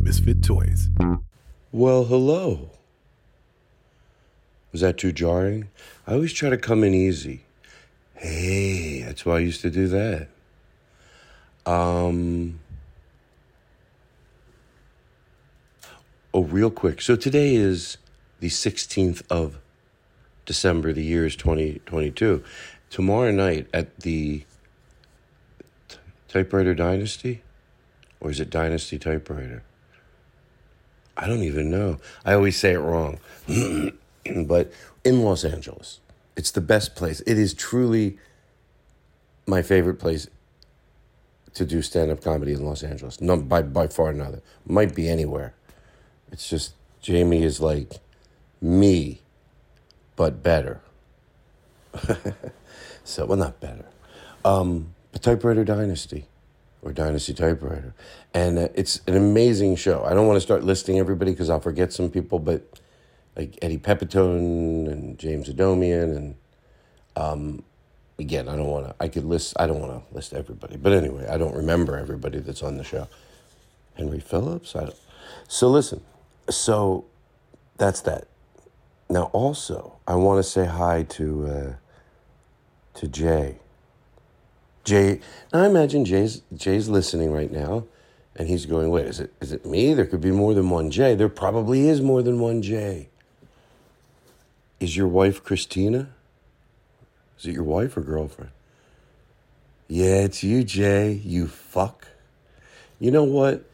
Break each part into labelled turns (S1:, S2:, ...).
S1: Misfit Toys.
S2: Well, hello. Was that too jarring? I always try to come in easy. Hey, that's why I used to do that. Um. Oh, real quick. So today is the 16th of December. The year is 2022. Tomorrow night at the T- Typewriter Dynasty? Or is it Dynasty Typewriter? I don't even know. I always say it wrong. but in Los Angeles, it's the best place. It is truly my favorite place to do stand up comedy in Los Angeles. No, by, by far another. Might be anywhere. It's just Jamie is like me, but better. so, well, not better. Um, but Typewriter Dynasty or Dynasty Typewriter. And uh, it's an amazing show. I don't want to start listing everybody because I'll forget some people, but like Eddie Pepitone and James Adomian and um, again, I don't want to. I could list. I don't want to list everybody. But anyway, I don't remember everybody that's on the show. Henry Phillips. I don't. So listen. So that's that. Now also, I want to say hi to uh, to Jay. Jay. Now I imagine Jay's Jay's listening right now, and he's going, "Wait, is it is it me? There could be more than one Jay. There probably is more than one Jay. Is your wife Christina?" Is it your wife or girlfriend? Yeah, it's you, Jay. You fuck. You know what?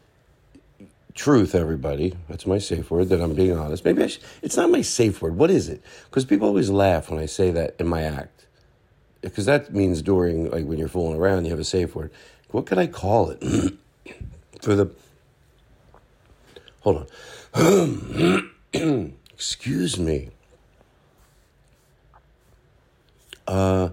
S2: Truth, everybody. That's my safe word. That I'm being honest. Maybe I should, it's not my safe word. What is it? Because people always laugh when I say that in my act. Because that means during, like when you're fooling around, you have a safe word. What could I call it? For the. Hold on. Excuse me. Uh,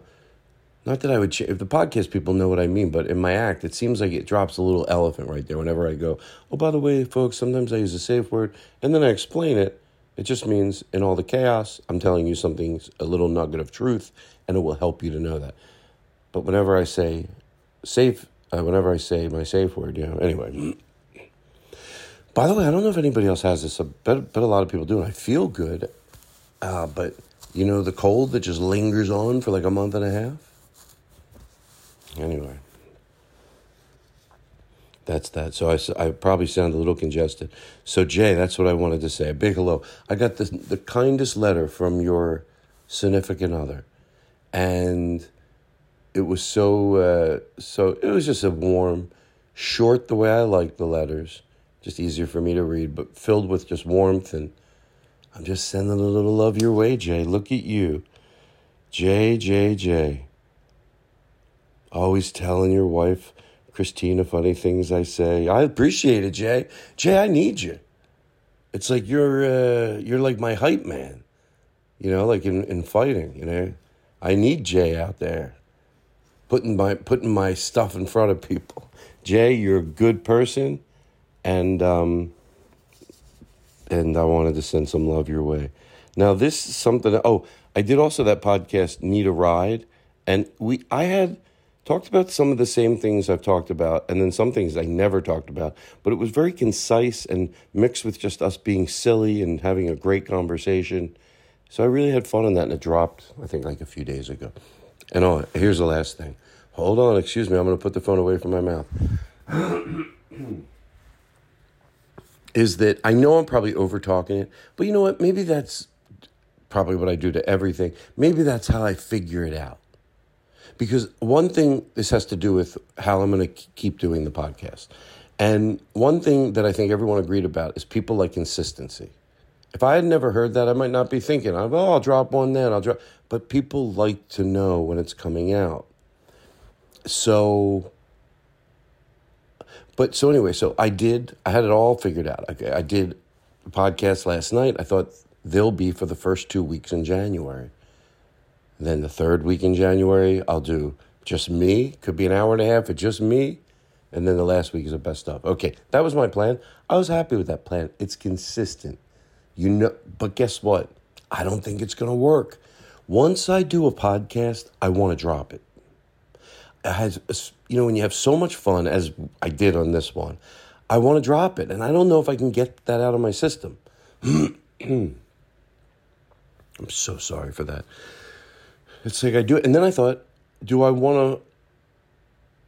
S2: Not that I would. Ch- if the podcast people know what I mean, but in my act, it seems like it drops a little elephant right there. Whenever I go, oh, by the way, folks, sometimes I use a safe word, and then I explain it. It just means in all the chaos, I'm telling you something, a little nugget of truth, and it will help you to know that. But whenever I say safe, uh, whenever I say my safe word, you know. Anyway, by the way, I don't know if anybody else has this, but but a lot of people do. And I feel good, uh, but you know the cold that just lingers on for like a month and a half. Anyway, that's that. So I, s- I probably sound a little congested. So Jay, that's what I wanted to say. A big hello. I got the the kindest letter from your significant other, and it was so uh, so. It was just a warm, short the way I like the letters, just easier for me to read, but filled with just warmth. And I'm just sending a little love your way, Jay. Look at you, Jay, Jay, Jay always telling your wife Christina funny things I say. I appreciate it, Jay. Jay, I need you. It's like you're uh, you're like my hype man. You know, like in, in fighting, you know. I need Jay out there. Putting my putting my stuff in front of people. Jay, you're a good person and um and I wanted to send some love your way. Now this is something. Oh, I did also that podcast Need a Ride, and we I had talked about some of the same things I've talked about, and then some things I never talked about. But it was very concise and mixed with just us being silly and having a great conversation. So I really had fun on that, and it dropped I think like a few days ago. And oh, here's the last thing. Hold on, excuse me. I'm going to put the phone away from my mouth. is that I know I'm probably over talking it, but you know what? Maybe that's probably what I do to everything. Maybe that's how I figure it out. Because one thing this has to do with how I'm going to keep doing the podcast. And one thing that I think everyone agreed about is people like consistency. If I had never heard that, I might not be thinking, oh, I'll drop one then, I'll drop. But people like to know when it's coming out. So but so anyway, so I did. I had it all figured out. Okay, I did a podcast last night. I thought they'll be for the first two weeks in January. Then the third week in January, I'll do just me. Could be an hour and a half of just me, and then the last week is the best of. Okay, that was my plan. I was happy with that plan. It's consistent, you know. But guess what? I don't think it's gonna work. Once I do a podcast, I want to drop it has you know when you have so much fun as I did on this one, I want to drop it, and I don't know if I can get that out of my system. I'm so sorry for that. It's like I do it, and then I thought, do I want to?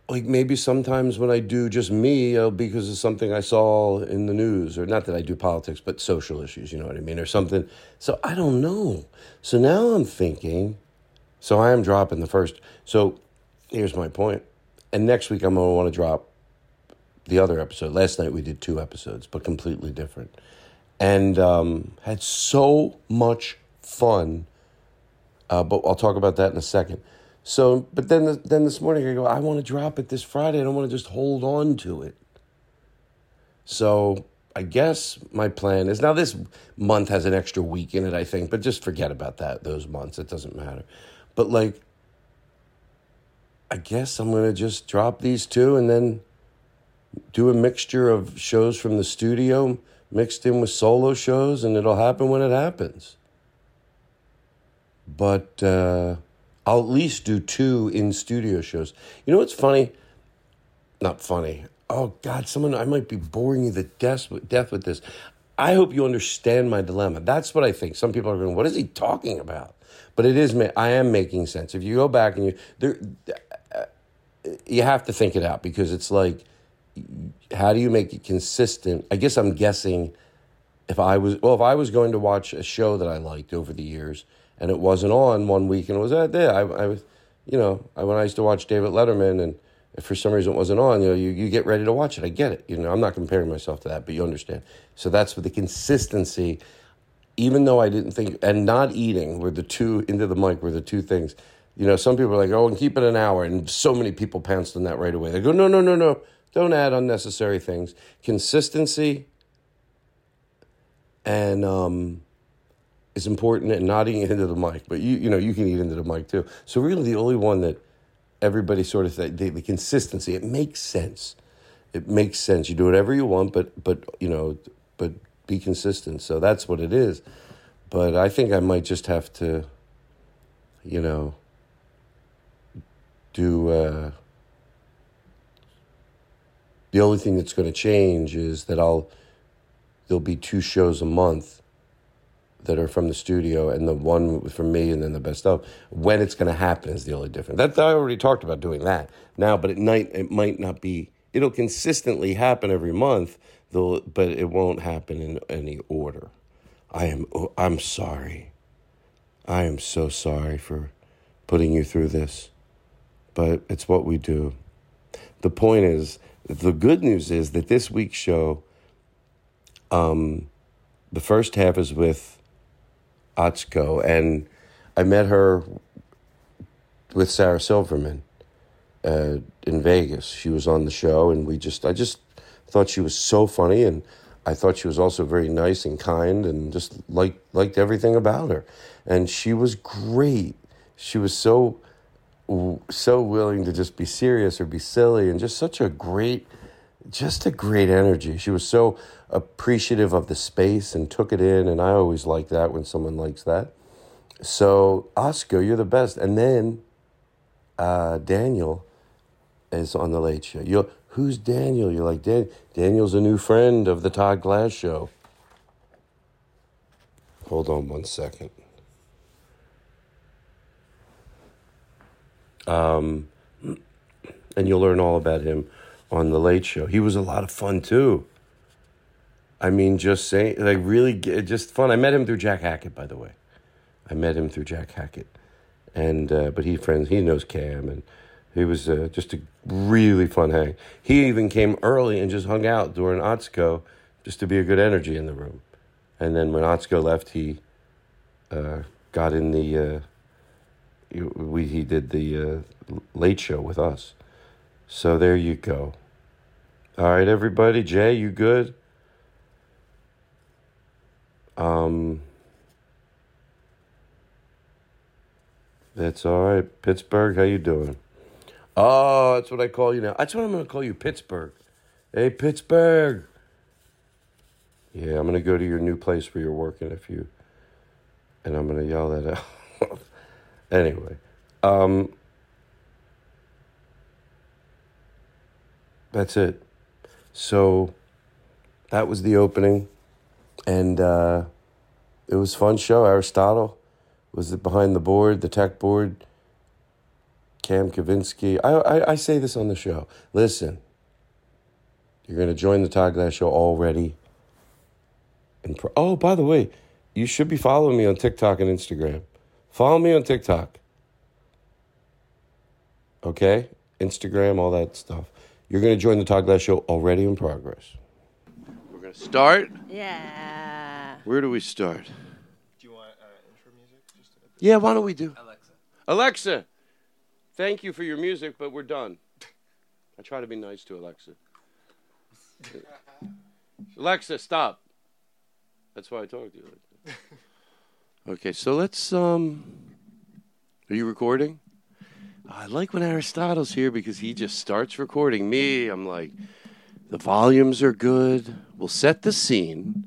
S2: Like maybe sometimes when I do just me, uh, because of something I saw in the news, or not that I do politics, but social issues, you know what I mean, or something. So I don't know. So now I'm thinking. So I am dropping the first. So here's my point. And next week, I'm going to want to drop the other episode. Last night, we did two episodes, but completely different. And um, had so much fun. Uh, but I'll talk about that in a second. So, but then, then this morning, I go, I want to drop it this Friday. I don't want to just hold on to it. So, I guess my plan is now this month has an extra week in it, I think, but just forget about that, those months. It doesn't matter. But like, I guess I'm going to just drop these two and then do a mixture of shows from the studio mixed in with solo shows, and it'll happen when it happens. But uh, I'll at least do two in studio shows. You know what's funny? Not funny. Oh, God, someone, I might be boring you to death with, death with this. I hope you understand my dilemma. That's what I think. Some people are going, what is he talking about? But it is, ma- I am making sense. If you go back and you, there, uh, you have to think it out because it's like how do you make it consistent i guess i'm guessing if i was well if i was going to watch a show that i liked over the years and it wasn't on one week and it was out there i, I was you know I, when i used to watch david letterman and if for some reason it wasn't on you know you, you get ready to watch it i get it you know i'm not comparing myself to that but you understand so that's for the consistency even though i didn't think and not eating were the two into the mic were the two things you know, some people are like, oh, and keep it an hour. And so many people pounced on that right away. They go, no, no, no, no. Don't add unnecessary things. Consistency and um, is important and not eating into the mic. But, you, you know, you can eat into the mic too. So really the only one that everybody sort of, th- the, the consistency, it makes sense. It makes sense. You do whatever you want, but, but you know, but be consistent. So that's what it is. But I think I might just have to, you know, do uh, the only thing that's going to change is that I'll there'll be two shows a month that are from the studio and the one from me and then the best of when it's going to happen is the only difference that I already talked about doing that now but at night it might not be it'll consistently happen every month though but it won't happen in any order I am oh, I'm sorry I am so sorry for putting you through this but it's what we do. The point is, the good news is that this week's show, um, the first half is with Atsuko, and I met her with Sarah Silverman uh, in Vegas. She was on the show, and we just, I just thought she was so funny, and I thought she was also very nice and kind, and just liked liked everything about her, and she was great. She was so so willing to just be serious or be silly and just such a great just a great energy she was so appreciative of the space and took it in. And I always like that when someone likes that. So, Oscar, you're the best. And then uh, Daniel is on the late show. You're, who's Daniel? You're like, Dan- Daniel's a new friend of the Todd Glass show. Hold on one second. Um, and you'll learn all about him on the Late Show. He was a lot of fun too. I mean, just saying, like really, g- just fun. I met him through Jack Hackett, by the way. I met him through Jack Hackett, and uh, but he friends, he knows Cam, and he was uh, just a really fun hang. He even came early and just hung out during Otzko, just to be a good energy in the room. And then when Otzko left, he uh, got in the. Uh, you- we he did the uh, l- late show with us. So there you go. All right, everybody. Jay, you good? Um, that's all right. Pittsburgh, how you doing? Oh, that's what I call you now. That's what I'm gonna call you, Pittsburgh. Hey, Pittsburgh. Yeah, I'm gonna go to your new place where you're working if you, and I'm gonna yell that out. anyway, um, that's it. So that was the opening, and uh, it was a fun show. Aristotle was behind the board, the tech board. Cam Kavinsky. I, I, I say this on the show. Listen, you're going to join the Todd Glass show already. And pro- oh, by the way, you should be following me on TikTok and Instagram. Follow me on TikTok. Okay? Instagram, all that stuff. You're going to join the Todd Glass show already in progress. We're going to start.
S3: Yeah.
S2: Where do we start? Do you want uh, intro music? Just yeah, why don't we do Alexa? Alexa, thank you for your music, but we're done. I try to be nice to Alexa. Alexa, stop. That's why I talk to you. Like that. okay, so let's. Um, are you recording? I like when Aristotle's here because he just starts recording me. I'm like, the volumes are good. We'll set the scene.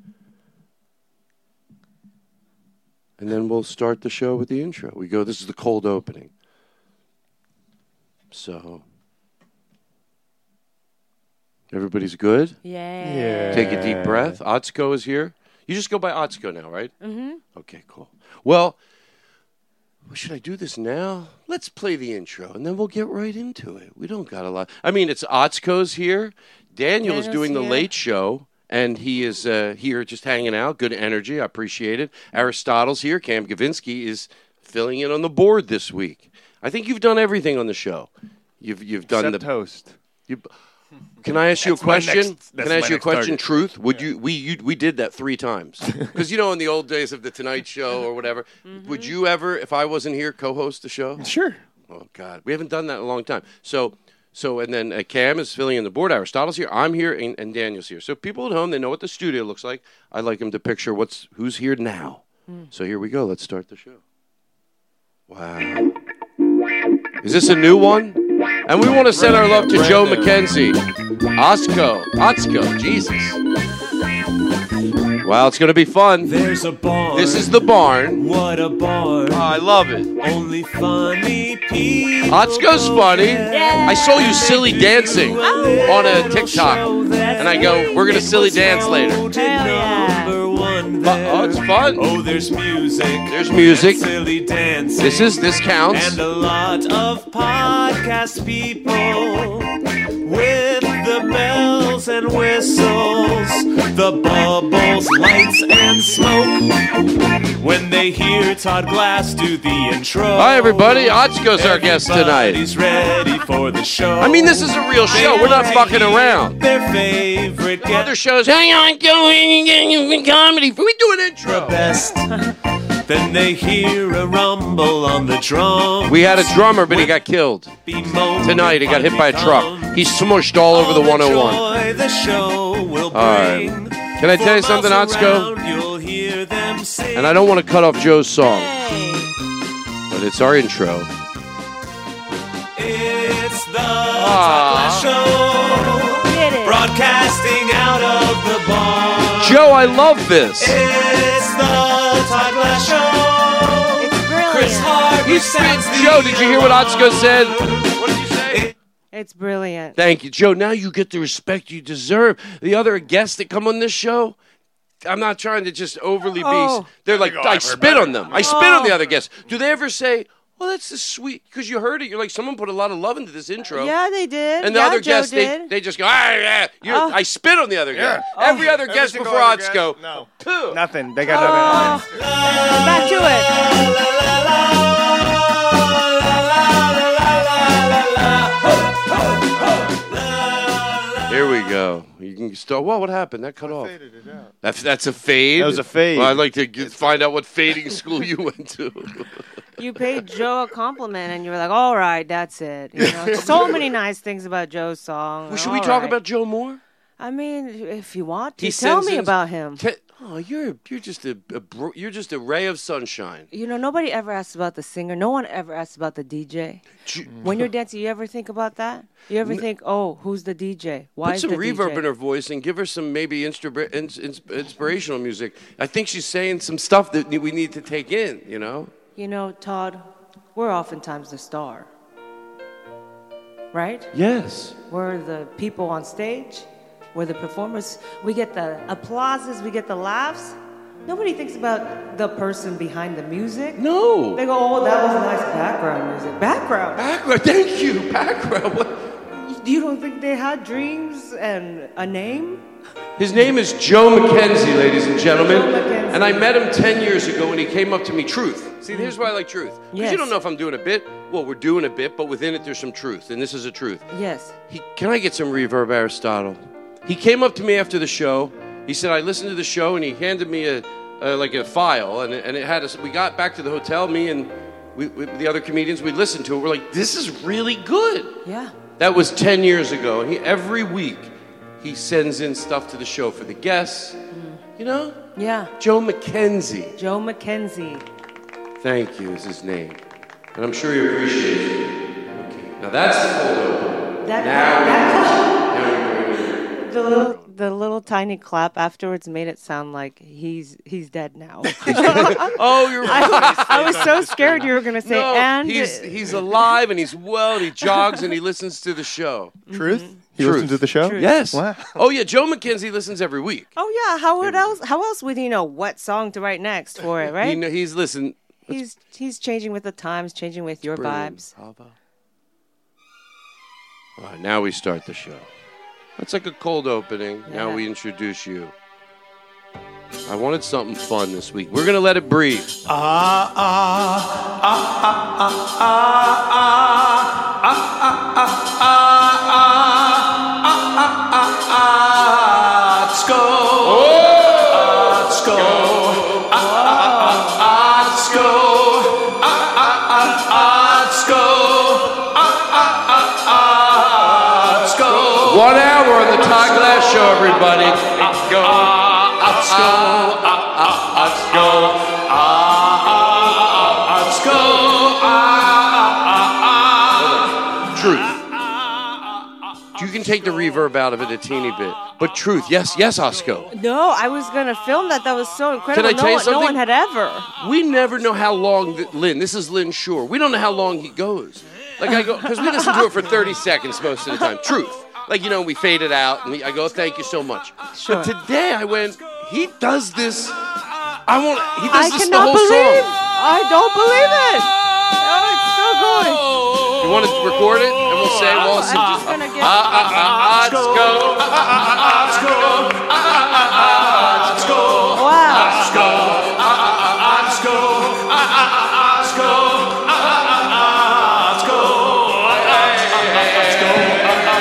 S2: And then we'll start the show with the intro. We go, this is the cold opening. So, everybody's good?
S3: Yeah.
S2: Take a deep breath. Otzko is here. You just go by Otzko now, right? Mm-hmm. Okay, cool. Well, well, should I do this now? Let's play the intro, and then we'll get right into it. We don't got a lot. I mean, it's Otzko's here. Daniel is
S3: Daniel's
S2: doing the
S3: here.
S2: late show, and he is uh, here just hanging out. Good energy. I appreciate it. Aristotle's here. Cam Gavinsky is filling in on the board this week. I think you've done everything on the show. You've you've done
S4: Except
S2: the
S4: host.
S2: you, can I ask you a
S4: That's my
S2: question?
S4: next- that's
S2: Can I
S4: my
S2: ask you a
S4: next
S2: question?
S4: target.
S2: Truth? Would you we you we did that three times because you know in the old days of the Tonight Show or whatever, would you ever if I wasn't here co-host the show?
S4: Sure.
S2: Oh God, we haven't done that in a long time. So, so and then uh, Cam is filling in the board. Aristotle's here. I'm here, and, and Daniel's here. So people at home, they know what the studio looks like. I like them to picture what's who's here now. So here we go. Let's start the show. Wow. Is this a new one? And we want to send our love to Joe McKenzie, Osco, Otzko, Jesus. Wow, it's going to be fun.
S5: There's a barn.
S2: This is the barn.
S5: what a barn.
S2: Oh, I love it.
S5: Only funny people.
S2: Otzko's
S5: go
S2: funny.
S5: there.
S2: I saw you silly dancing
S3: Oh,
S2: on a TikTok. And I go, we're going to silly dance later.
S3: yeah.
S5: Number one there.
S2: Oh, it's fun.
S5: Oh, there's music.
S2: There's music.
S5: Silly dancing.
S2: This is, this counts.
S5: And a lot of podcast people with the bells and whistles, the bubbles, lights, and smoke. When they hear Todd Glass do the intro.
S2: Hi, everybody. Otzko's our guest tonight.
S5: Everybody's ready for the show.
S2: I mean, this is a real show. We're not fucking around.
S5: Their favorite guest.
S2: Other shows, hang on, going, going, comedy. We do an
S5: the
S2: intro.
S5: best. then they hear a rumble on the drum.
S2: We had a drummer, but he got killed tonight. He got hit by a truck. He smushed all over the 101.
S5: Joy the show will
S2: All right.
S5: bring.
S2: Can I tell you
S5: For
S2: something,
S5: miles
S2: Otzko?
S5: around, You'll hear them sing.
S2: And I don't want to cut off Joe's song,
S3: Hey.
S2: but it's our intro.
S5: It's the
S2: Aw.
S5: Todd Glass Show.
S3: Get it.
S5: Broadcasting out of the bar.
S2: Joe, I love this.
S5: It's the Todd Glass Show.
S3: It's brilliant.
S5: Chris Hardwick
S2: He's
S5: sends the
S2: Joe, did you hear what Otsko said? What did you say?
S3: It's brilliant.
S2: Thank you, Joe. Now you get the respect you deserve. The other guests that come on this show, I'm not trying to just overly
S3: Oh.
S2: be. They're like, I spit on them. I spit on the other guests. Do they ever say, "Well, that's the sweet"? Because you heard it. You're like, someone put a lot of love into this intro.
S3: Yeah, they did.
S2: And the
S3: yeah,
S2: other
S3: Joe
S2: guests, they,
S3: did. Oh.
S2: they just go, ah, yeah. You're, I spit on the other guest. Every other guest
S4: single
S2: before
S4: other
S2: Otsko.
S4: guest, no.
S2: Phew.
S4: Nothing. They got nothing.
S3: Oh, back to it.
S2: Here we go. You can start. Whoa, what happened? That cut off. That's that's a fade.
S4: That was a fade.
S2: Well, I'd like to get, find out what fading school you went to.
S3: You paid Joe a compliment, and you were like, "All right, that's it." You know, so many nice things about Joe's song.
S2: well, should
S3: All
S2: we talk
S3: right.
S2: about Joe Moore?
S3: I mean, if you want to,
S2: He
S3: tell
S2: sends
S3: me
S2: in-
S3: about him.
S2: Te- oh, you're you're just a, a bro- you're just a ray of sunshine.
S3: You know, nobody ever asks about the singer. No one ever asks about the DJ.
S2: Ju-
S3: When you're dancing, you ever think about that? You ever think, oh, who's the DJ? Why
S2: Put
S3: is
S2: some
S3: the
S2: reverb
S3: DJ?
S2: in her voice and give her some maybe instru- ins- ins- inspirational music. I think she's saying some stuff that we need to take in. You know.
S3: You know, Todd, we're oftentimes the star, right?
S2: Yes.
S3: We're the people on stage. We're the performers. We get the applauses. We get the laughs. Nobody thinks about the person behind the music.
S2: No.
S3: They go, oh, that was nice background music. Background.
S2: Background. Thank you. Background. What?
S3: You don't think they had dreams and a name?
S2: His name is Joe McKenzie, ladies and gentlemen.
S3: Joe McKenzie.
S2: And I met him 10 years ago and he came up to me, truth. See, here's why I like truth. Because
S3: Yes.
S2: you don't know if I'm doing a bit. Well, we're doing a bit, but within it, there's some truth. And this is a truth.
S3: Yes.
S2: He, can I get some reverb, Aristotle? He came up to me after the show. He said, I listened to the show and he handed me a, a like a file. And, it- and it had us, we got back to the hotel, me and we, we, the other comedians, we listened to it. We're like, this is really good.
S3: Yeah.
S2: That was 10 years ago. And he, every week, he sends in stuff to the show for the guests. You know?
S3: Yeah.
S2: Joe McKenzie.
S3: Joe McKenzie.
S2: Thank you, is his name. And I'm sure you appreciate it. Okay. Now that's the cold open.
S3: That,
S2: Now-
S3: that-
S2: Now you bring it in.
S3: the little the little tiny clap afterwards made it sound like he's he's dead now.
S2: Oh, you're right.
S3: I, I was so scared you were gonna say
S2: No,
S3: and
S2: he's, he's alive and he's well and he jogs and he listens to the show.
S4: Truth?
S3: Mm-hmm.
S4: You
S2: Truth.
S4: listen to the show?
S2: Yes.
S4: Wow.
S2: Oh, yeah. Joe McKenzie listens every week.
S3: Oh yeah, how would else how else would he know what song to write next for it,
S2: He
S3: right?
S2: kn- he's listened.
S3: he's he's changing with the times, changing with your vibes.
S2: How about? All right, now we start the show. That's like a cold opening. Now
S3: Yeah.
S2: we introduce you. I wanted something fun this week. We're gonna let it breathe.
S5: Ah, ah, ah, ah, ah, ah, ah, ah, ah, ah, ah, ah, ah, ah, ah, let's go. Ah, let's go. Ah, ah, ah, ah, let's go. Ah, ah, ah, ah, let's go. Ah, ah, ah, ah, let's go.
S2: One hour on the Todd Glass Show, everybody. Go.
S5: Let's go. Ah, ah, ah, let's go. Ah, ah, ah, let's go. Ah, ah, ah, ah.
S2: Truth. You can take the reverb out of it a teeny bit, but truth. Yes, yes, Osco.
S3: No, I was gonna film that. That was so incredible.
S2: Can I
S3: no,
S2: tell you
S3: one, no
S2: something?
S3: one had ever.
S2: We never know how long th- Lynn. This is Lynn Shore. We don't know how long he goes. Like I go because we listen to it for thirty seconds most of the time. Truth. Like you know, we fade it out, and we, I go, "Thank you so much." But today I went. He does this. I want. He does
S3: I
S2: this
S3: cannot
S2: the whole
S3: believe.
S2: song.
S3: I don't believe it. Oh, it's still going.
S2: You want to record it, and we'll say, "Well, it's-
S3: I'm just gonna get.
S2: ah, ah, ah, ah, let's go." ah,
S3: wow.
S2: Ah, ah,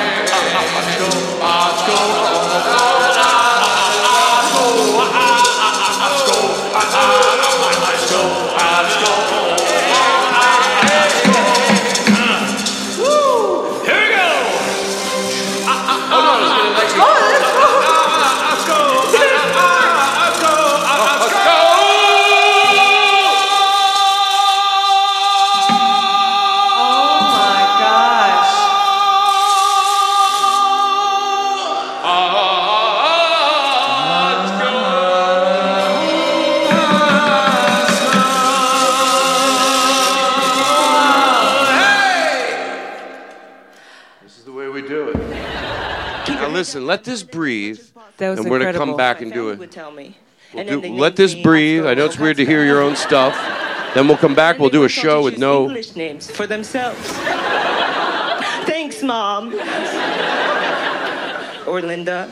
S5: Here we go.
S2: Oh, no, it's gonna like-
S3: Oh,
S2: listen, let this breathe,
S3: That was
S2: and we're
S3: incredible.
S2: gonna come back and do
S4: Family
S2: it.
S4: would tell me.
S2: We'll
S4: And then
S2: do-
S4: they
S2: let
S4: named
S2: this
S4: me
S2: breathe.
S4: after
S2: I know
S4: all
S2: it's weird to
S4: kinds of
S2: hear your own stuff. Then we'll come back. We'll do a show with no.
S4: English names for themselves. Thanks, Mom. or Linda.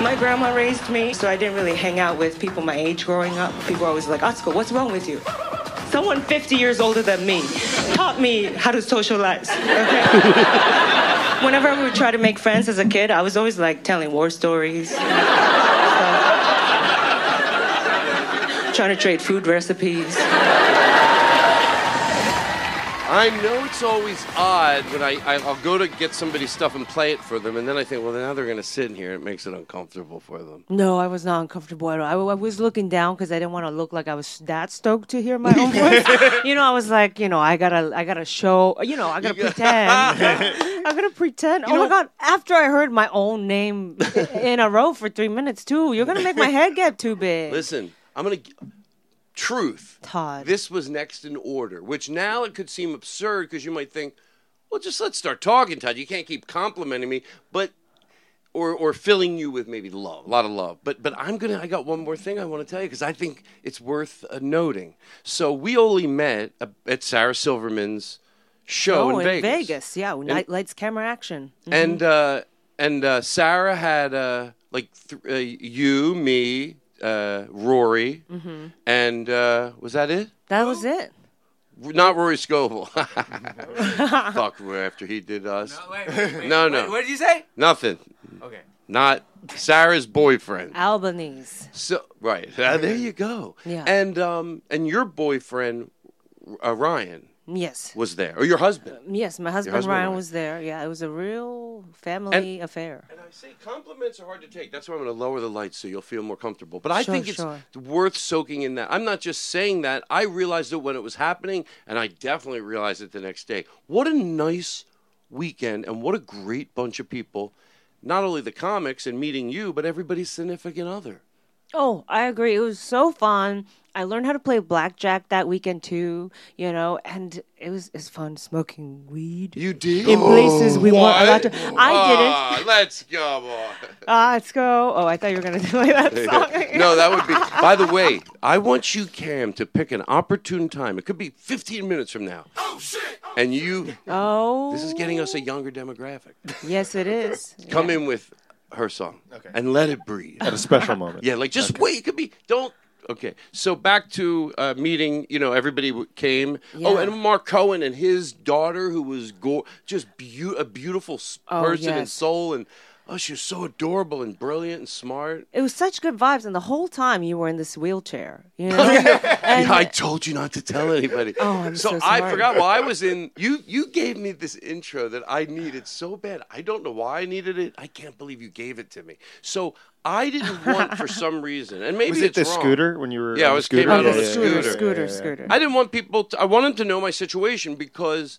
S3: My grandma raised me, so I didn't really hang out with people my age growing up. People were always like, Atsuko, what's wrong with you? Someone 50 years older than me taught me how to socialize. Okay? Whenever I would try to make friends as a kid, I was always like telling war stories, stuff. trying to trade food recipes.
S2: I know it's always odd when I, I I'll go to get somebody's stuff and play it for them, and then I think, well, now they're gonna sit in here. It makes it uncomfortable for them.
S3: No, I was not uncomfortable at all. I, w- I was looking down because I didn't want to look like I was that stoked to hear my own voice. you know, I was like, you know, I gotta, I gotta show. You know, I gotta pretend. I'm gonna pretend. oh my god! After I heard my own name in a row for three minutes, too, you're gonna make my head get too big.
S2: Listen, I'm gonna. g- Truth.
S3: Todd.
S2: This was next in order, which now it could seem absurd because you might think, well, just let's start talking, Todd. You can't keep complimenting me, but or or filling you with maybe love, a lot of love. But but I'm gonna. I got one more thing I want to tell you because I think it's worth uh, noting. So we only met uh, at Sarah Silverman's show
S3: oh, Mm-hmm.
S2: in, Vegas.
S3: yeah. Night lights, camera, action.
S2: And uh, and uh, Sarah had uh, like th- uh, you, me, uh, Rory, and uh, was that it?
S3: Mm-hmm. That was it.
S2: Not Rory Scovel. Fuck Rory after he did us. No, no,
S6: What did you say?
S2: nothing.
S6: Okay.
S2: Not Sarah's boyfriend.
S3: Albanese.
S2: So right Uh, there you go.
S3: Yeah.
S2: And um and your boyfriend uh, Ryan
S3: Yes.
S2: was there, or your husband.
S3: Yes, my husband,
S2: husband
S3: Ryan
S2: went.
S3: was there. Yeah, it was a real family affair.
S2: And I say compliments are hard to take. That's why I'm going to lower the lights so you'll feel more comfortable. But I
S3: Sure,
S2: think it's
S3: sure.
S2: worth soaking in that. I'm not just saying that. I realized it when it was happening, and I definitely realized it the next day. What a nice weekend, and what a great bunch of people. Not only the comics and meeting you, but everybody's significant other.
S3: Oh, I agree. It was so fun. I learned how to play blackjack that weekend too, you know, and it was it's fun smoking weed
S2: You did? Ah,
S3: in places we weren't allowed to. I didn't.
S2: let's go.
S3: Ah, let's go. Oh, I thought you were gonna play that song.
S2: no, that would be. By the way, I want you, Cam, to pick an opportune time. It could be 15 minutes from now. Oh, shit! And you.
S3: Oh,
S2: This is getting us a younger demographic.
S3: yes, it is.
S2: Come in with her song and let it breathe.
S7: At a special moment.
S2: Yeah, like just wait. It could be don't. Okay, so back to uh, meeting. You know, everybody w- came. Oh,
S3: Yeah.
S2: and Mark Cohen and his daughter, who was go- just beau- a beautiful s-
S3: Oh,
S2: person and
S3: yes.
S2: soul, and oh, she was so adorable and brilliant and smart.
S3: It was such good vibes, and the whole time you were in this wheelchair, you know. and
S2: Yeah, I told you not to tell anybody.
S3: Oh, I'm so
S2: I
S3: smart.
S2: forgot. Well, I was in. You you gave me this intro that I needed so bad. I don't know why I needed it. I can't believe you gave it to me. So I didn't want for some reason, and maybe
S7: Was it
S2: it's
S7: the
S2: wrong.
S7: scooter when you were?
S2: Yeah,
S7: on
S2: I
S7: the
S2: was-
S7: scooter?
S2: came out
S3: oh,
S2: on
S3: the
S2: the
S3: scooter,
S2: scooter.
S3: scooter, scooter.
S2: I didn't want people. To, I wanted to know my situation because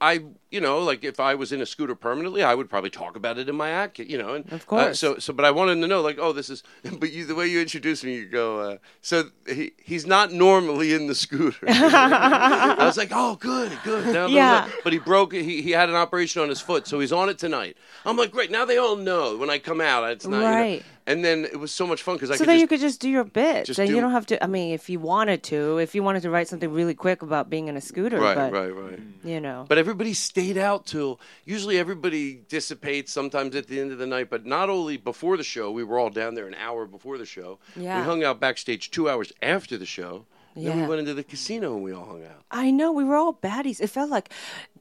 S2: I, you know, like if I was in a scooter permanently, I would probably talk about it in my act, you know. And
S3: Of
S2: uh,
S3: course.
S2: so, so, but I wanted to know, like, oh, this is. But you, the way you introduced me, you go, uh, so he, he's not normally in the scooter. I was like, oh, good, good. Now they'll
S3: Yeah.
S2: know. But he broke. it. He he had an operation on his foot, so he's on it tonight. I'm like, great. Now they all know when I come out. It's not you know.
S3: Right.
S2: And then it was so much fun because I
S3: so
S2: could
S3: then
S2: just
S3: you could just do your bit.
S2: just
S3: Then
S2: do-
S3: you don't have to. I mean, if you wanted to, if you wanted to write something really quick about being in a scooter,
S2: right,
S3: but
S2: right, right.
S3: you know,
S2: But everybody stayed out till usually everybody dissipates sometimes at the end of the night, but not only before the show, we were all down there an hour before the show.
S3: Yeah.
S2: We hung out backstage two hours after the show. and Then
S3: Yeah.
S2: we went into the casino and we all hung out.
S3: I know we were all baddies. It felt like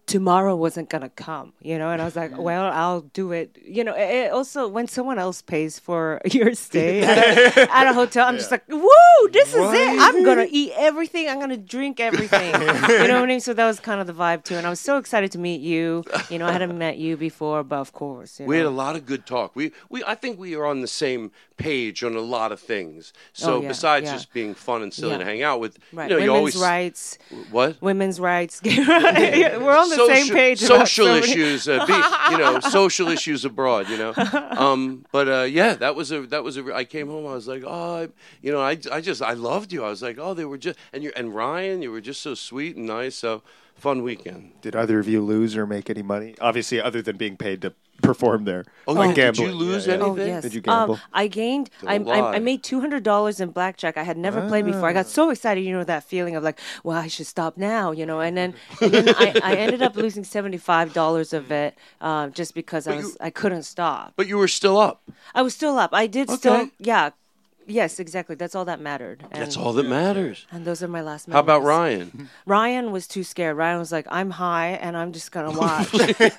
S3: tomorrow wasn't gonna come, you know. And I was like, well, I'll do it. You know. It, it also, when someone else pays for your stay at a, at a hotel, I'm just like, woo, this is it. I'm gonna eat everything. I'm gonna drink everything. you know what I mean? So that was kind of the vibe too. And I was so excited to meet you. You know, I hadn't met you before, but of course, you
S2: We had
S3: know.
S2: a lot of good talk. We, we I think we are on the same page on a lot of things. So
S3: Oh, yeah,
S2: besides
S3: yeah.
S2: just being fun and silly
S3: Yeah.
S2: to hang out with,
S3: Right,
S2: you know,
S3: women's
S2: you always
S3: rights,
S2: what
S3: women's rights. gay rights. We're on the same
S2: Socia-
S3: page. about
S2: Social
S3: so many-
S2: issues, uh, be, you know, social issues abroad, you know. Um, but uh, yeah, that was a that was a. I came home, I was like, oh, I, you know, I, I just I loved you. I was like, oh, they were just and you and Ryan, you were just so sweet and nice. So fun weekend.
S7: Did either of you lose or make any money? Obviously, other than being paid to
S6: performed there.
S2: Oh,
S6: Like
S2: you- did you
S6: gambling.
S2: lose
S6: Yeah, yeah.
S3: Oh
S2: Anything?
S3: yes.
S6: Did you gamble?
S3: Um, I gained. I,
S2: Don't
S3: I
S2: lie.
S3: I made two hundred dollars in blackjack. I had never played before. I
S6: Ah.
S3: got so excited, you know, that feeling of like, well, I should stop now, you know. And then, and then I, I ended up losing seventy five dollars of it, um, just because I was I couldn't stop.
S2: But you were still up.
S3: I was still up. I did still.
S2: Okay.
S3: Yeah. Yes, exactly. That's all that mattered. And,
S2: That's all that matters.
S3: And those are my last.
S2: How about
S3: memories.
S2: Ryan?
S3: Ryan was too scared. Ryan was like, "I'm high and I'm just gonna watch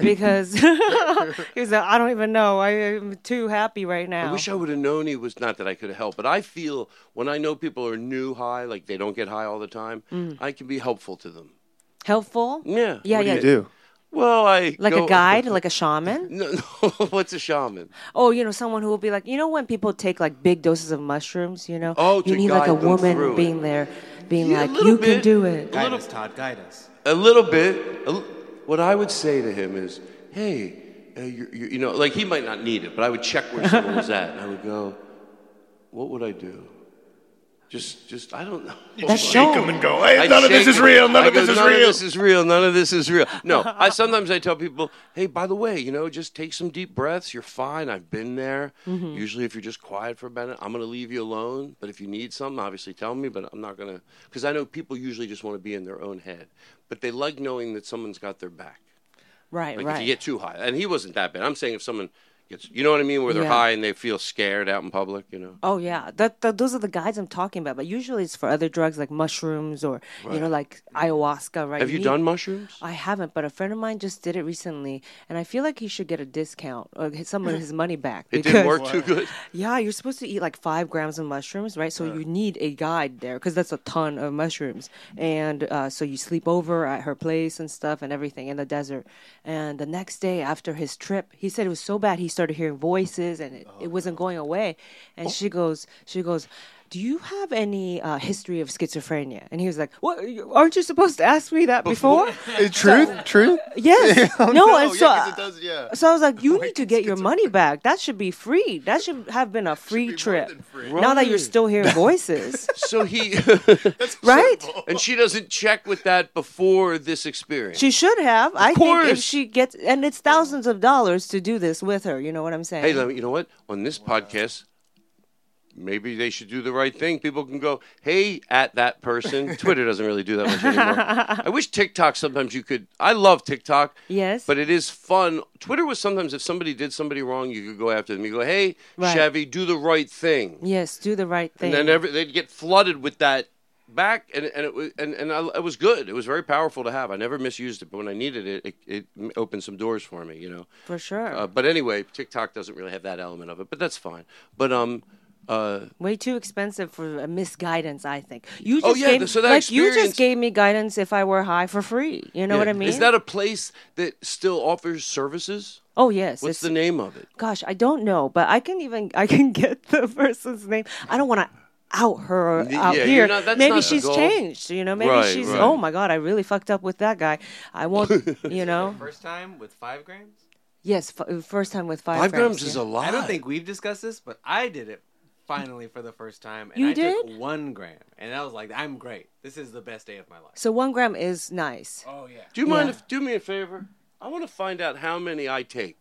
S3: because he was like, I don't even know. I am too happy right now."
S2: I wish I would have known he was not that I could help, but I feel when I know people are new high, like they don't get high all the time, I can be helpful to them.
S3: Helpful?
S2: Yeah.
S3: Mm. Yeah,
S2: What do
S3: yeah.
S6: You do.
S2: Well, I
S3: Like
S2: go-
S3: a guide, like a shaman.
S2: No, no. what's a shaman?
S3: Oh, you know, someone who will be like, you know, when people take like big doses of mushrooms, you know,
S2: Oh,
S3: you
S2: to
S3: need like a
S2: guide them through
S3: woman
S2: it.
S3: being there, being
S2: Yeah, a
S3: like,
S2: little
S3: you can
S2: bit.
S3: do it.
S2: Guide us,
S5: Todd, guide us.
S2: A little bit. A l- what I would say to him is, hey, uh, you you you know, like he might not need it, but I would check where someone was at, and I would go, what would I do? Just, just, I don't know.
S3: That's
S6: Shake
S3: so.
S6: him and go. Hey,
S2: I'd
S6: none of
S2: shake
S6: this is
S2: it.
S6: real. None
S2: I
S6: of
S2: go,
S6: this is
S2: none
S6: real.
S2: Of this is real. None of this is real. No, I sometimes I tell people, hey, by the way, you know, just take some deep breaths. You're fine. I've been there.
S3: Mm-hmm.
S2: Usually, if you're just quiet for a minute, I'm going to leave you alone. But if you need something, obviously tell me. But I'm not going to, because I know people usually just want to be in their own head, but they like knowing that someone's got their back.
S3: Right,
S2: Like if
S3: right.
S2: you get too high, and he wasn't that bad. I'm saying if someone gets, you know what I mean, where they're
S3: Yeah.
S2: high and they feel scared out in public, you know.
S3: Oh yeah, that, that those are the guides I'm talking about. But usually it's for other drugs like mushrooms or you know like ayahuasca. Right?
S2: Have you
S3: need-
S2: done mushrooms?
S3: I haven't, but a friend of mine just did it recently, and I feel like he should get a discount or get some of his money back.
S2: It didn't work too good.
S3: Yeah, you're supposed to eat like five grams of mushrooms, right? So you need a guide there because that's a ton of mushrooms. And uh, so you sleep over at her place and stuff and everything in the desert. And the next day after his trip, he said it was so bad he started hearing voices and it, it wasn't going away. And she goes, she goes. Do you have any uh, history of schizophrenia? And he was like, "What? Aren't you supposed to ask me that before?"
S6: Uh, Truth, truth. Oh,
S3: Yes.
S2: Oh,
S3: no, uh, and so
S6: yeah, 'cause it does- yeah.
S3: so I was like, you need to get your money back. That should be free. That should have been a free trip. Now that you're still hearing voices,
S2: So he.
S3: right?
S2: And she doesn't check with that before this experience.
S3: She should have. I think if
S2: course.
S3: she gets, and it's thousands of dollars to do this with her. You know what I'm saying?
S2: hey, let me, you know what? On this podcast, maybe they should do the right thing. People can go, hey, at that person. Twitter doesn't really do that much anymore. I wish TikTok sometimes you could. I love TikTok.
S3: Yes.
S2: But it is fun. Twitter was sometimes if somebody did somebody wrong, you could go after them. You go, hey,
S3: Right.
S2: Chevy, do the right thing.
S3: yes, do the right thing.
S2: And then every, they'd get flooded with that back, and and it was and, and I, it was good. It was very powerful to have. I never misused it, but when I needed it, it, it m- opened some doors for me, you know.
S3: For sure.
S2: Uh, but anyway, TikTok doesn't really have that element of it, but that's fine. But um, uh,
S3: Way too expensive for a misguidance, I think. You just
S2: Oh, yeah,
S3: gave,
S2: so that
S3: like you
S2: experience-
S3: just gave me guidance if I were high for free. You know what I mean?
S2: is that a place that still offers services?
S3: oh yes. it's-
S2: What's the name of it?
S3: gosh, I don't know, but I can even I can get the person's name. I don't want to out her or
S2: Y-
S3: out
S2: yeah, you're
S3: here.
S2: not- that's
S3: maybe
S2: not the
S3: she's
S2: goal.
S3: changed, you know. Maybe
S2: Right,
S3: she's
S2: right.
S3: oh my god, I really fucked up with that guy. I won't, you know.
S5: First time with five grams?
S3: Yes, f- uh, first time with five,
S2: Five grams is
S3: yeah.
S2: a lot.
S5: I don't think we've discussed this, but I did it finally for the first time. And
S3: You
S5: I
S3: did?
S5: took one gram. And I was like, I'm great. This is the best day of my life.
S3: So one gram is nice.
S5: Oh, yeah.
S2: Do you mind
S3: Yeah.
S2: if do me a favor? I want to find out how many I take.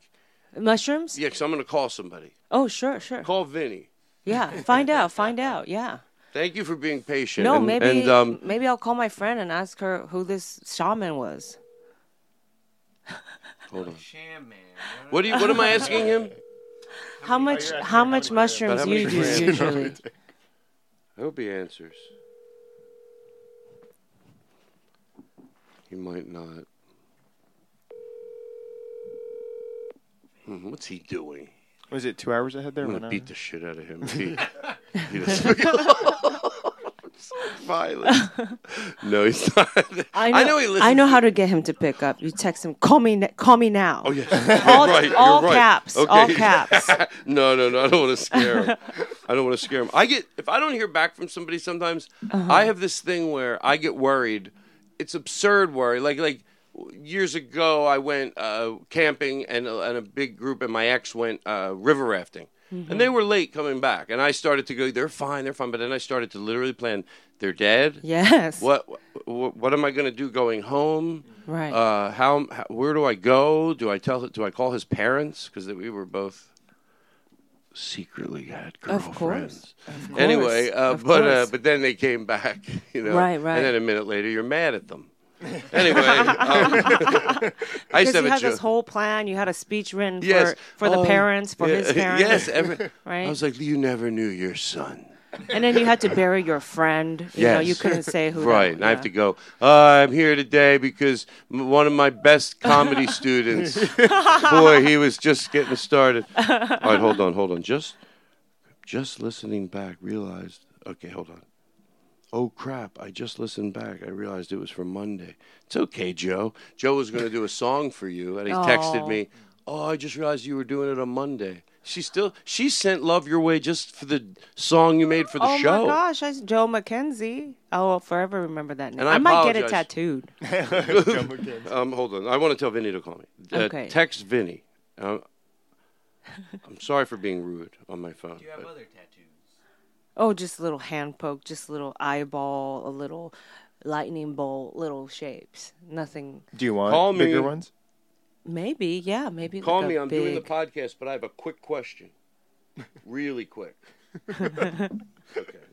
S3: Mushrooms?
S2: Yeah, because I'm going to call somebody.
S3: Oh sure, sure.
S2: Call Vinny.
S3: Yeah, find out, find out. Yeah.
S2: Thank you for being patient.
S3: No,
S2: And-
S3: maybe
S2: and, um,
S3: maybe I'll call my friend and ask her who this shaman was.
S5: Sham, man.
S2: what do you? What am I asking him?
S3: How much? How much mushrooms
S2: About how
S3: you
S2: much
S3: do
S2: grams?
S3: usually?
S2: I hope he answers. He might not. Hmm, what's he doing?
S6: Was it two hours ahead there?
S2: I'm
S6: One
S2: gonna
S6: hour?
S2: beat the shit out of him. He, he doesn't. I'm so violent. No, he's not.
S3: I know, I know,
S2: he listens.
S3: how to get him to pick up. You text him, call me, ne- call me now. Oh
S2: yeah.
S3: all,
S2: You're right, you're
S3: all
S2: right.
S3: caps,
S2: Okay.
S3: all caps.
S2: no, no, no. I don't want to scare him. I don't want to scare him. I get if I don't hear back from somebody sometimes,
S3: Uh-huh.
S2: I have this thing where I get worried. It's absurd worry. Like like years ago, I went uh, camping and a- and a big group and my ex went uh, river rafting.
S3: Mm-hmm. Mhm.
S2: And they were late coming back. And I started to go, they're fine, they're fine. But then I started to literally plan, they're dead.
S3: Yes.
S2: What what, what am I going to do going home?
S3: Right.
S2: Uh, how, how where do I go? Do I tell do I call his parents because we were both secretly had girlfriends.
S3: Of course. Of
S2: Anyway,
S3: course,
S2: uh,
S3: of
S2: but uh,
S3: course.
S2: but then they came back, you know.
S3: Right, right.
S2: And then a minute later, you're mad at them. Anyway, um, I used
S3: because
S2: to have
S3: you
S2: a
S3: had
S2: joke.
S3: this whole plan. You had a speech written
S2: yes.
S3: for, for the
S2: Oh,
S3: parents, for
S2: yeah,
S3: his parents.
S2: yes, every,
S3: Right?
S2: I was like, you never knew your son.
S3: and then you had to bury your friend. You know, you
S2: Yes.
S3: couldn't say who.
S2: Right,
S3: that-
S2: and I have
S3: yeah.
S2: to go. Uh, I'm here today because m- one of my best comedy students, boy, he was just getting started. All right, hold on, hold on. Just, just listening back, realized. Okay, hold on. Oh crap! I just listened back. I realized it was from Monday. It's okay, Joe. Joe was going to do a song for you, and he texted
S3: Aw.
S2: me. Oh, I just realized you were doing it on Monday. She still she sent "Love Your Way" just for the song you made for the
S3: oh
S2: show.
S3: my gosh, I, Joe McKenzie. I will forever remember that name.
S2: And
S3: I,
S2: I
S3: might get it
S2: apologize.
S3: tattooed.
S2: Um, hold on. I want to tell Vinny to call me. Uh,
S3: Okay.
S2: Text Vinny. Uh, I'm sorry for being rude on my phone. but-
S3: Oh, just a little hand poke, just a little eyeball, a little lightning bolt, little shapes. Nothing.
S6: Do you want
S2: Call
S6: bigger
S2: me.
S6: ones?
S3: Maybe, yeah, maybe. like
S2: Call
S3: a
S2: me. I'm doing the
S3: big-
S2: podcast, but I have a quick question. Really quick. okay,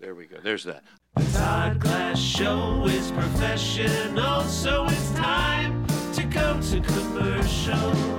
S2: there we go. There's that.
S5: Todd Glass Show is professional, so it's time to go to commercial.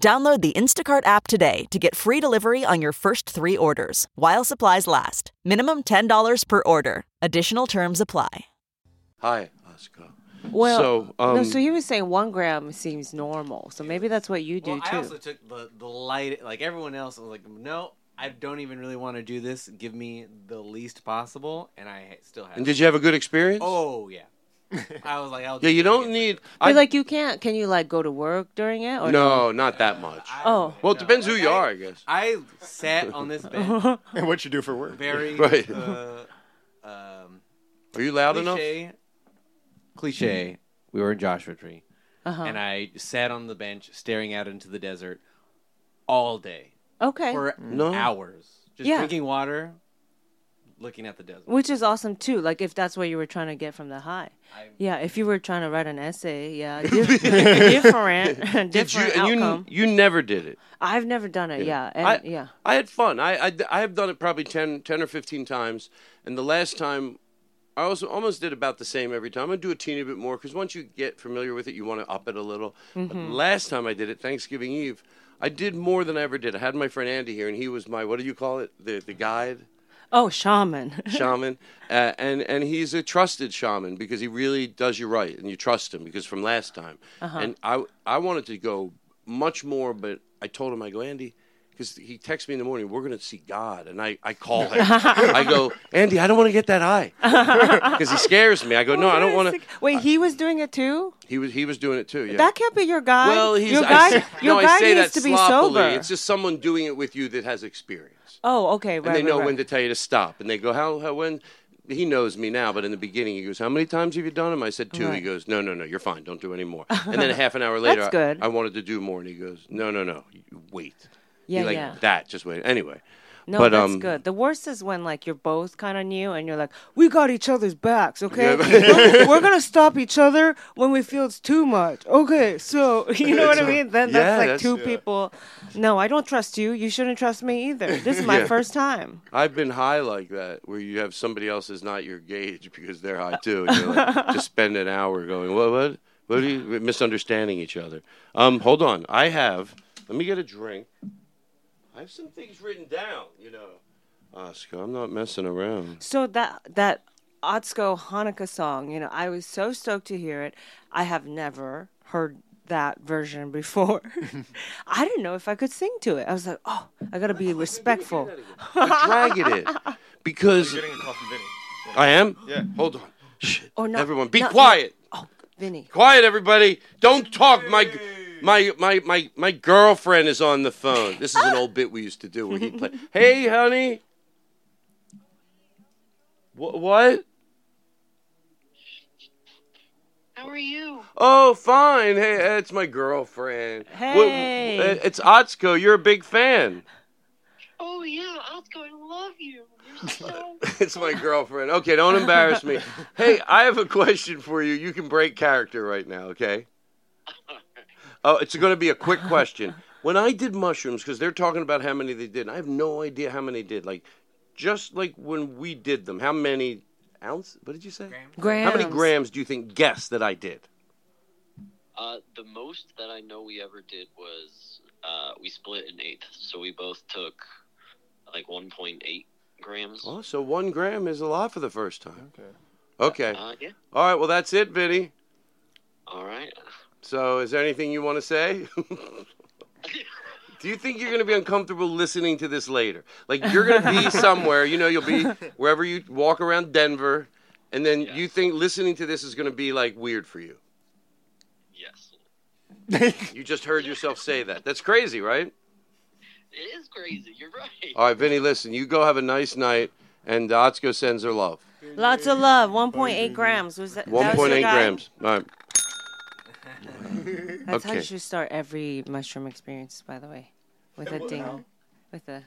S8: Download the Instacart app today to get free delivery on your first three orders while supplies last. Minimum $10 per order. Additional terms apply.
S2: Hi, Oscar.
S3: Well,
S2: so,
S3: no,
S2: um,
S3: so he was saying one gram seems normal. So maybe that's what you do
S7: Well,
S3: too.
S7: I also took the the light. Like everyone else, I was like, no, I don't even really want to do this. Give me the least possible, and I ha- still have.
S2: And did you have a good experience?
S7: Oh yeah. I was like, I'll
S2: yeah.
S7: do
S2: You
S7: it
S2: don't
S7: again.
S2: need.
S3: but
S2: I,
S3: like you can't. Can you like go to work during it? Or
S2: no, not that much.
S3: Oh.
S2: Well, it depends who you are, I guess.
S7: I sat on this bench,
S6: And what you do for work?
S7: very
S2: Right.
S7: uh, um,
S2: Are you loud enough?
S7: cliche. Cliche. We were in Joshua Tree,
S3: Uh-huh.
S7: and I sat on the bench staring out into the desert all day
S3: Okay.
S7: for
S2: Mm. No.
S7: hours, just
S3: Yeah.
S7: drinking water, looking at the desert.
S3: Which is awesome too. Like if that's what you were trying to get from the high. yeah, if you were trying to write an essay, yeah, diff- different, different
S2: Did you? And
S3: outcome.
S2: you you never did it.
S3: I've never done it. Yeah, and
S2: I,
S3: yeah.
S2: I had fun. I, I, I have done it probably 10, 10 or 15 times. And the last time, I also almost did about the same every time. I do a teeny bit more because once you get familiar with it, you want to up it a little. But
S3: Mm-hmm.
S2: last time I did it, Thanksgiving Eve, I did more than I ever did. I had my friend Andy here, and he was my, what do you call it? The, the guide?
S3: Oh, shaman.
S2: shaman, uh, and and he's a trusted shaman because he really does you right, and you trust him because from last time.
S3: Uh-huh.
S2: And I I wanted to go much more, but I told him I go Andy. Because he texts me in the morning, we're going to see God. And I, I call him. I go, Andy, I don't want to get that eye. Because he scares me. I go, no, I don't want to.
S3: Wait, he was doing it too.
S2: He was, he was doing it too. Yeah.
S3: That can't be your guy.
S2: well, he's,
S3: your
S2: I
S3: guy.
S2: say-
S3: your
S2: no,
S3: guy
S2: I say
S3: needs
S2: that
S3: to be
S2: sloppily.
S3: sober.
S2: It's just someone doing it with you that has experience
S3: oh, okay, right.
S2: and they
S3: right,
S2: know
S3: right.
S2: when to tell you to stop. And they go, how, how, when? He knows me now, but in the beginning, he goes, how many times have you done them? I said two. He
S3: Right.
S2: goes, no, no, no, you're fine. Don't do any more. And then a half an hour later,
S3: That's
S2: I-
S3: good.
S2: I, wanted to do more, and he goes, no, no, no, you- wait.
S3: Yeah,
S2: You like
S3: yeah.
S2: that, just wait. Anyway,
S3: No,
S2: but
S3: that's
S2: um,
S3: good. The worst is when like you're both kind of new and you're like, we got each other's backs, okay?
S2: Yeah.
S3: Don't- we're gonna stop each other when we feel it's too much, okay? So you know what I
S2: That's right.
S3: mean? Then
S2: Yeah,
S3: that's like
S2: that's-
S3: two
S2: yeah.
S3: people. No, I don't trust you. You shouldn't trust me either. This is my
S2: Yeah.
S3: first time.
S2: I've been high like that, where you have somebody else is not your gauge because they're high too. And you're like, just spend an hour going, what, what, what are you misunderstanding each other? Um, hold on, I have. Let me get a drink. I have some things written down, you know. Oscar, I'm not messing around.
S3: So that that Otsko Hanukkah song, you know, I was so stoked to hear it. I have never heard that version before. I didn't know if I could sing to it. I was like, oh, I gotta be respectful.
S2: Dragging it because
S6: You're getting a call from Vinny.
S2: I am.
S6: Yeah.
S2: Hold on. Shh.
S3: Oh, no,
S2: Everyone, be
S3: no, no.
S2: quiet.
S3: Vinny.
S2: Quiet, everybody. Don't talk. My, my, my, my, my girlfriend is on the phone. This is an old bit we used to do where he'd play, Hey, honey. Wh- what?
S1: How are you?
S2: Oh, fine. Hey, it's my girlfriend. Wh- wh-
S1: Hey.
S2: uh, it's Otzko. You're a big fan.
S1: Oh yeah, Oscar, I love you. You're so
S2: it's my girlfriend. Okay, don't embarrass me. Hey, I have a question for you. You can break character right now, okay? Oh, it's going to be a quick question. When I did mushrooms, because they're talking about how many they did, and I have no idea how many did. Like, just like when we did them, how many ounces? What did you say?
S3: Grams.
S2: How many grams do you think? Guess that I did.
S1: Uh, the most that I know we ever did was uh, we split an eighth, so we both took like 1.8 grams.
S2: Oh, so one gram is a lot for the first time.
S6: Okay.
S2: Okay.
S1: Uh, yeah.
S2: All right. Well, that's it, Vinny.
S1: All right.
S2: So, is there anything you want to say? Do you think you're going to be uncomfortable listening to this later? Like, you're going to be somewhere, you know, you'll be wherever you walk around Denver, and then you think listening to this is going to be like weird for you. Yes. you just heard yourself say that. That's crazy, right?
S1: It is crazy. You're right.
S2: All right, Vinny, listen, you go have a nice night, and Otzko sends her love.
S3: Lots of love. 1.8 grams. Was that that was your
S2: 1.8
S3: guy?
S2: grams. All right.
S3: That's how
S2: Okay.
S3: you should start every mushroom experience, by the way, with a ding, with a.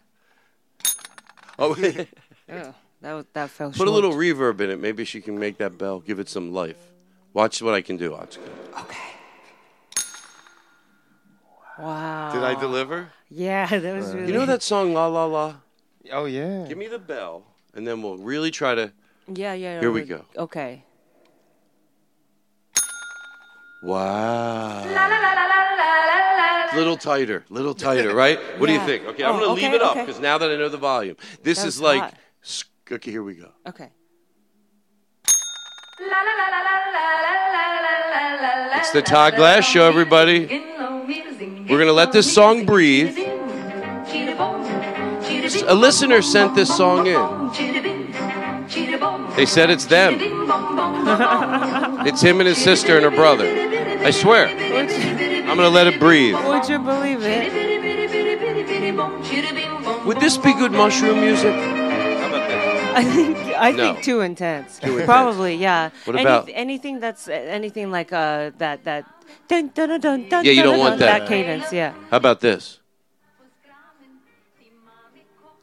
S2: Oh,
S3: Oh, that was, that fell
S2: Put
S3: short.
S2: a little reverb in it. Maybe she can make that bell give it some life. Watch what I can do, Otzko.
S3: Wow.
S2: Did I deliver?
S3: Yeah, that was really.
S2: You know that song La La La?
S6: Oh yeah.
S2: Give me the bell, and then we'll really try to.
S3: Yeah, yeah.
S2: Here we
S3: no,
S2: go.
S3: Okay.
S2: Wow. Little tighter, little tighter, right? What do
S3: Yeah.
S2: you think? Okay,
S3: Oh,
S2: I'm gonna
S3: okay,
S2: leave it up
S3: okay.
S2: because now that I know the volume, this
S3: That
S2: is
S3: was
S2: like.
S3: hot.
S2: sc- Okay, here we go.
S3: Okay.
S2: It's the Todd Glass Show, everybody. We're gonna let this song breathe. S- A listener sent this song in. They said it's them. It's him and his sister and her brother. I swear. I'm gonna let it breathe.
S3: Would you believe it?
S2: Would this be good mushroom music?
S3: I think I
S2: No.
S3: think too intense.
S2: Too intense.
S3: Probably, yeah.
S2: What
S3: Any-
S2: about-
S3: anything that's anything like uh that that. Dun, dun, dun, dun, dun,
S2: Yeah, you don't
S3: dun,
S2: want
S3: dun,
S2: that.
S3: That cadence, yeah.
S2: How about this?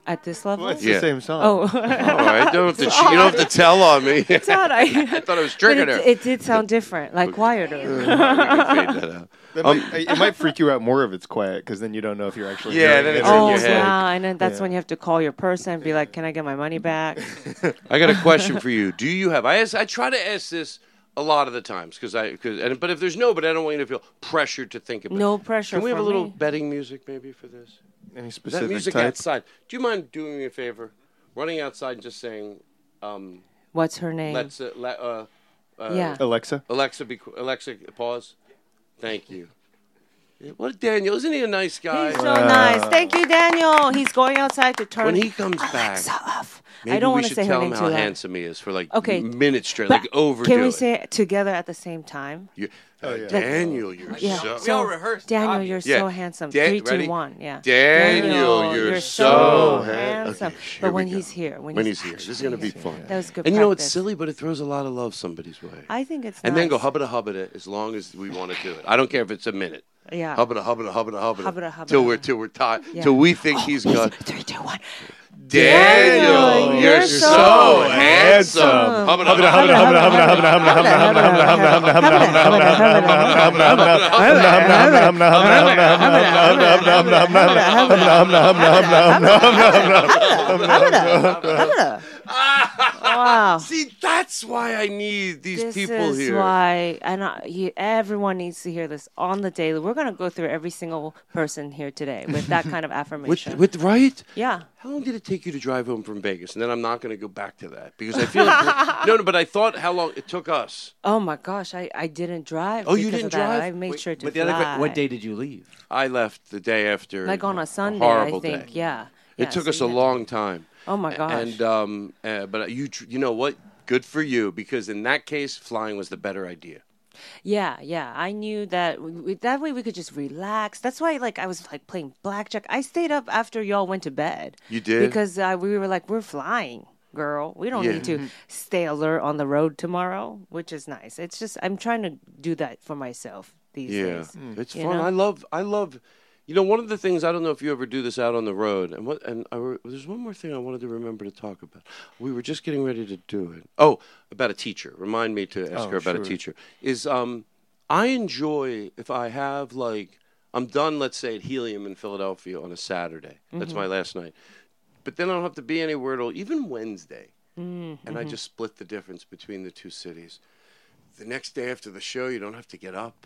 S3: At this level.
S6: Well, it's
S2: Yeah.
S6: the same song.
S3: Oh.
S2: All right, don't have to, you don't have to tell on me.
S3: It's odd. I,
S2: I thought I was triggering
S3: but it,
S2: her.
S3: It did sound different, like quieter.
S2: I can fade that out.
S6: That
S2: Um,
S6: might, it might freak you out more if it's quiet, because then you don't know if you're actually.
S2: Yeah,
S6: hearing
S2: then
S6: it
S2: it's
S6: or
S2: in
S3: oh
S6: not.
S2: your head.
S3: wow! And then that's when you have to call your person and be like, "Can I get my money back?"
S2: I got a question for you. Do you have? I ask, I try to ask this a lot of the times because I because and but if there's no, but I don't want you to feel pressured to think about.
S3: No
S2: it.
S3: pressure
S2: Can we have a
S3: from
S2: little
S3: me.
S2: betting music maybe for this?
S6: Any
S2: Is that
S6: specific
S2: music
S6: type?
S2: outside? Do you mind doing me a favor, running outside and just saying, um,
S3: What's her name?
S2: let's uh, let, uh, uh,
S3: Yeah.
S6: Alexa.
S2: Alexa, be, qu- Alexa, pause. Thank you. Yeah, What Daniel? Isn't he a nice guy?
S3: He's so nice. Thank you, Daniel. He's going outside to turn.
S2: when he comes back,
S3: Alexa off.
S2: maybe
S3: I don't
S2: we
S3: want to
S2: should
S3: say her
S2: tell
S3: name
S2: him
S3: too
S2: how
S3: loud.
S2: handsome he is for like
S3: Okay.
S2: minutes straight,
S3: But
S2: like overdo
S3: Can we
S2: it.
S3: say it together at the same time?
S2: You,
S7: Oh,
S6: Oh,
S2: uh, Daniel, you're so.
S7: We all rehearsed,
S3: Daniel, you're
S7: obvious.
S2: Yeah.
S3: so handsome.
S2: Dan-
S3: Three, two, one.
S2: ready?
S3: Yeah.
S2: Daniel, you're so han-
S3: handsome.
S2: Okay, here
S3: but when
S2: we go.
S3: he's here, when,
S2: When
S3: he's,
S2: he's here, this is gonna be fun.
S3: That was good
S2: And you know it's
S3: practice.
S2: silly, but it throws a lot of love somebody's way.
S3: I think it's.
S2: and then go
S3: nice.
S2: hubbada hubbada as long as we want to do it. I don't care if it's a minute.
S3: Yeah.
S2: Hubbada hubbada hubbada hubbada.
S3: Hubbada, hubbada.
S2: Till we're till we're tired.
S3: Yeah. Oh,
S2: Till we think he's got.
S3: Three, two, one.
S2: Daniel, you're, so, handsome. Hubbada, hubbada, hubbada, hubbada, hubbada, hubbada, hubbada, hubbada, hubbada, hubbada,
S3: Wow.
S2: See, that's why I need these
S3: this
S2: people
S3: is
S2: here.
S3: why and I, you, everyone needs to hear this on the daily. We're going to go through every single person here today with that kind of
S2: With,
S3: affirmation.
S2: with right?
S3: yeah.
S2: How long did it take you to drive home from Vegas? And then I'm not going to go back to that because I feel like, no, no. But I thought how long it took us.
S3: Oh my gosh, I, I didn't drive.
S2: Oh,
S3: because
S2: you
S3: of
S2: didn't
S3: that.
S2: drive?
S3: I made
S2: Wait,
S3: sure to
S7: but the other que-
S3: fly.
S7: what day did you leave?
S2: I left the day after.
S3: Like on a Sunday, I
S2: horrible
S3: think,
S2: day.
S3: yeah.
S2: It
S3: Yeah,
S2: took
S3: so
S2: us
S3: you
S2: a
S3: had
S2: long time.
S3: Oh, my
S2: A-
S3: gosh.
S2: And um, uh, but you tr- you know what? Good for you because in that case, flying was the better idea.
S3: Yeah, yeah. I knew that w- w that way we could just relax. That's why, like, I was like playing blackjack. I stayed up after y'all went to bed.
S2: You did?
S3: because uh, we were like, we're flying, girl. We don't
S2: Yeah.
S3: need to
S2: Mhm.
S3: stay alert on the road tomorrow, which is nice. It's just I'm trying to do that for myself these days.
S2: it's
S3: Hmm. you
S2: fun.
S3: know?
S2: I love. I love. You know, one of the things I don't know if you ever do this out on the road, and what, and I, re- there's one more thing I wanted to remember to talk about. We were just getting ready to do it. Oh, about a teacher. Remind me to ask
S9: Oh,
S2: her about a
S9: sure.
S2: teacher. Is um, I enjoy if I have like I'm done. Let's say at Helium in Philadelphia on a Saturday. That's
S9: Mhm.
S3: Mm-hmm.
S2: my last night. But then I don't have to be anywhere at all. Even Wednesday,
S3: Mm-hmm.
S2: and I just split the difference between the two cities. The next day after the show, you don't have to get up.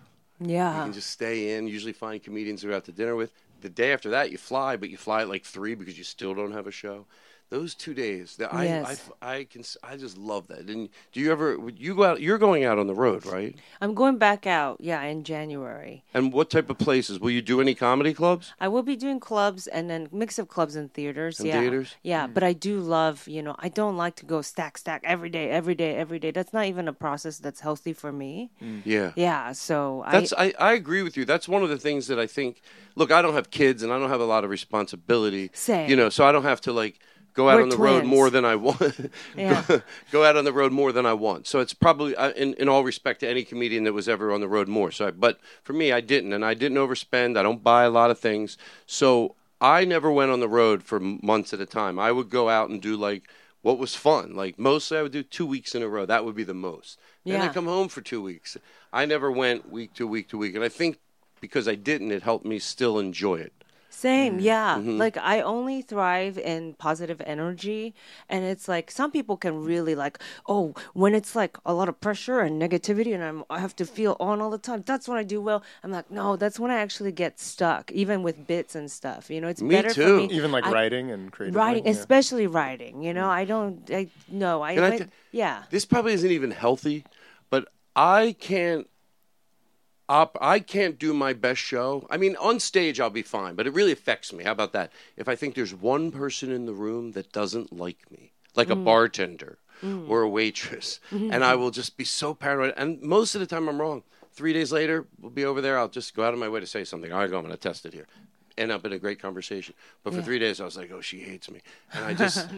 S2: You
S3: yeah.
S2: can just stay in. Usually find comedians who are out to dinner with. The day after that, you fly, but you fly at like three because you still don't have a show. Those two days, that I,
S3: Yes.
S2: I, I can, s- I just love that. And do you ever, would you go out? You're going out on the road, right?
S3: I'm going back out. Yeah, in January.
S2: And what type of places? Will you do any comedy clubs?
S3: I will be doing clubs and then mix of clubs and theaters.
S2: And
S3: yeah.
S2: theaters?
S3: Yeah,
S6: Hmm.
S3: but I do love, you know, I don't like to go stack, stack every day, every day, every day. That's not even a process that's healthy for me.
S2: Yeah.
S3: Yeah, so
S2: That's
S3: I.
S2: I, I agree with you. That's one of the things that I think. Look, I don't have kids and I don't have a lot of responsibility.
S3: Same.
S2: You know, so I don't have to like go out
S3: We're
S2: on the road
S3: twins.
S2: more than I want.
S3: Yeah.
S2: go, go out on the road more than I want. So it's probably I- in in all respect to any comedian that was ever on the road more. So, I, but for me, I didn't, and I didn't overspend. I don't buy a lot of things, so I never went on the road for m- months at a time. I would go out and do like. What was fun? Like mostly, I would do two weeks in a row. That would be the most. Then I
S9: Yeah.
S2: come home for two weeks. I never went week to week to week, and I think because I didn't, it helped me still enjoy it.
S3: Same, yeah.
S2: Mhm.
S3: Like I only thrive in positive energy, and it's like some people can really like, oh, when it's like a lot of pressure and negativity, and I'm I have to feel on all the time. That's when I do well. I'm like, no, that's when I actually get stuck, even with bits and stuff. You know, it's better for me.
S6: Even like
S3: I-
S6: writing and creative.
S3: writing,
S6: yeah.
S3: especially writing. You know, I don't. I no, I,
S2: Mm. And I
S3: went-
S2: th-
S3: yeah.
S2: This probably isn't even healthy, but I can't. Op, I can't do my best show. I mean, on stage I'll be fine, but it really affects me. How about that? If I think there's one person in the room that doesn't like me, like a
S9: Mm.
S2: bartender
S9: Mm.
S2: or a waitress,
S3: Mm-hmm.
S2: and I will just be so paranoid. And most of the time I'm wrong. Three days later, we'll be over there. I'll just go out of my way to say something. All right, go. I'm going to test it here. End up in a great conversation. But for
S3: Yeah.
S2: three days, I was like, oh, she hates me, and I just.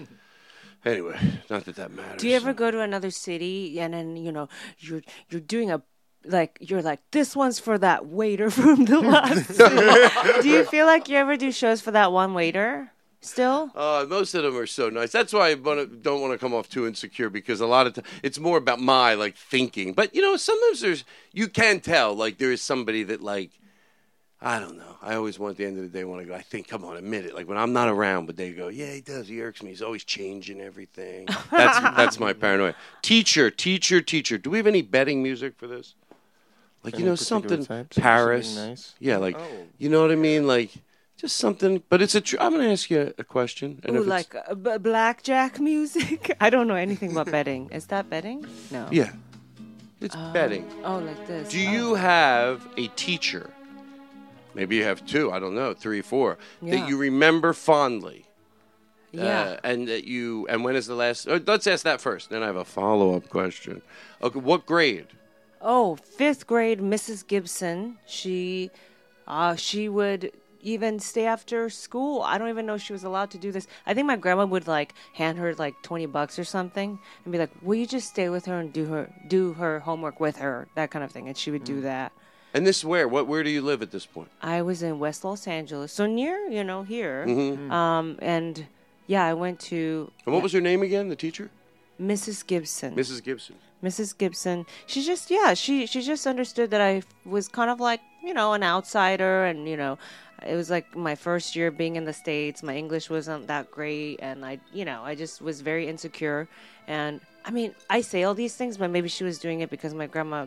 S2: Anyway, not that that matters.
S3: Do you ever go to another city and then you know you're you're doing a like you're like this one's for that waiter from the last. city." do you feel like you ever do shows for that one waiter still?
S2: Uh, most of them are so nice. That's why I wanna, don't want to come off too insecure because a lot of times it's more about my like thinking. But you know, sometimes there's you can tell like there is somebody that like I don't know. I always want at the end of the day want to go. I think, come on, admit it. Like when I'm not around, but they go, yeah, he does. He irks me. He's always changing everything. That's that's my paranoia. Teacher, teacher, teacher. Do we have any betting music for this? Like you
S9: Any
S2: know
S9: particular
S2: something
S9: types?
S2: Paris.
S9: Something nice?
S2: Yeah, like
S9: Oh.
S2: you know what I mean. Like just something. But it's a. Tr- I'm gonna ask you a question. and
S3: Ooh,
S2: if it's-
S3: like uh, b- blackjack music. I don't know anything about betting. Is that betting? No.
S2: Yeah. It's
S3: Oh.
S2: betting.
S3: Oh, like this.
S2: Do
S3: Oh.
S2: you have a teacher? Maybe you have two, I don't know, three, four,
S3: Yeah.
S2: that you remember fondly. Uh,
S3: Yeah.
S2: and that you, and when is the last, oh, let's ask that first. Then I have a follow up question. Okay, what grade?
S3: Oh, fifth grade, Mrs. Gibson. She, uh, she would even stay after school. I don't even know if she was allowed to do this. I think my grandma would like hand her like twenty bucks or something and be like, "Will you just stay with her and do her do her homework with her?" That kind of thing, and she would do that.
S2: And this where? What, where do you live at this point?
S3: I was in West Los Angeles, so near you know here,
S2: Mhm.
S3: um, and Yeah, I went to
S2: And what was her name again? The teacher,
S3: Mrs. Gibson.
S2: Mrs. Gibson.
S3: Mrs. Gibson. She just yeah, she she just understood that I was kind of like, you know, an outsider and you know, it was like my first year being in the states. My English wasn't that great and I, you know, I just was very insecure and I mean, I say all these things, but maybe she was doing it because my grandma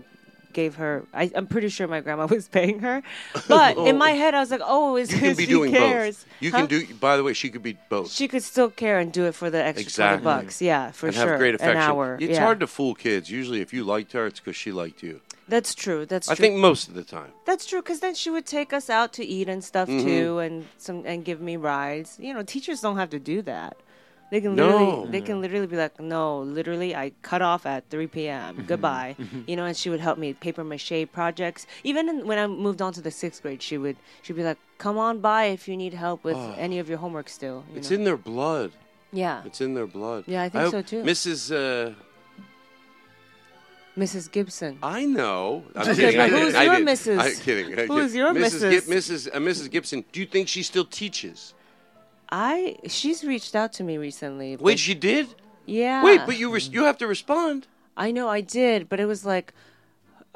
S3: gave her I, I'm pretty sure my grandma was paying her. But in my head I was like, Oh, is
S2: You can be
S3: she
S2: doing
S3: cares.
S2: both. You
S3: Huh?
S2: can do. By the way, she could be both.
S3: she could still care and do it for the extra
S2: exactly.
S3: 20 bucks. Yeah, for
S2: and
S3: sure.
S2: Have great affection.
S3: An hour.
S2: It's
S3: yeah.
S2: hard to fool kids. Usually, if you liked her, it's because she liked you.
S3: That's true. That's true.
S2: I think most of the time.
S3: That's true, because then she would take us out to eat and stuff
S2: Mhm.
S3: too, and some and give me rides. You know, teachers don't have to do that. They can
S2: No.
S3: literally, they can literally be like, no, literally, I cut off at 3 p.m.
S2: Mm-hmm.
S3: Goodbye. You know, and she would help me with paper mache projects. Even in, when I moved on to the sixth grade, she would she'd be like, come on by if you need help with
S2: Oh.
S3: any of your homework still. you
S2: It's
S3: know?
S2: in their blood.
S3: yeah,
S2: It's in their blood.
S3: Yeah, I think
S2: hope-
S3: so, too.
S2: Mrs. Uh,
S3: Mrs. Gibson.
S2: I know. I'm
S3: Okay,
S2: kidding.
S3: but
S2: I did-
S3: who's
S2: I
S3: your
S2: did.
S3: Mrs.?
S2: I'm kidding. I'm
S3: Who's
S2: kidding.
S3: your
S2: Mrs. Gib-
S3: Mrs.?
S2: Mrs. uh, Mrs. Gibson? Do you think she still teaches?
S3: I she's reached out to me recently.
S2: Wait,
S3: but-
S2: she did.
S3: yeah.
S2: Wait, but you res- you have to respond.
S3: I know I did, but it was like,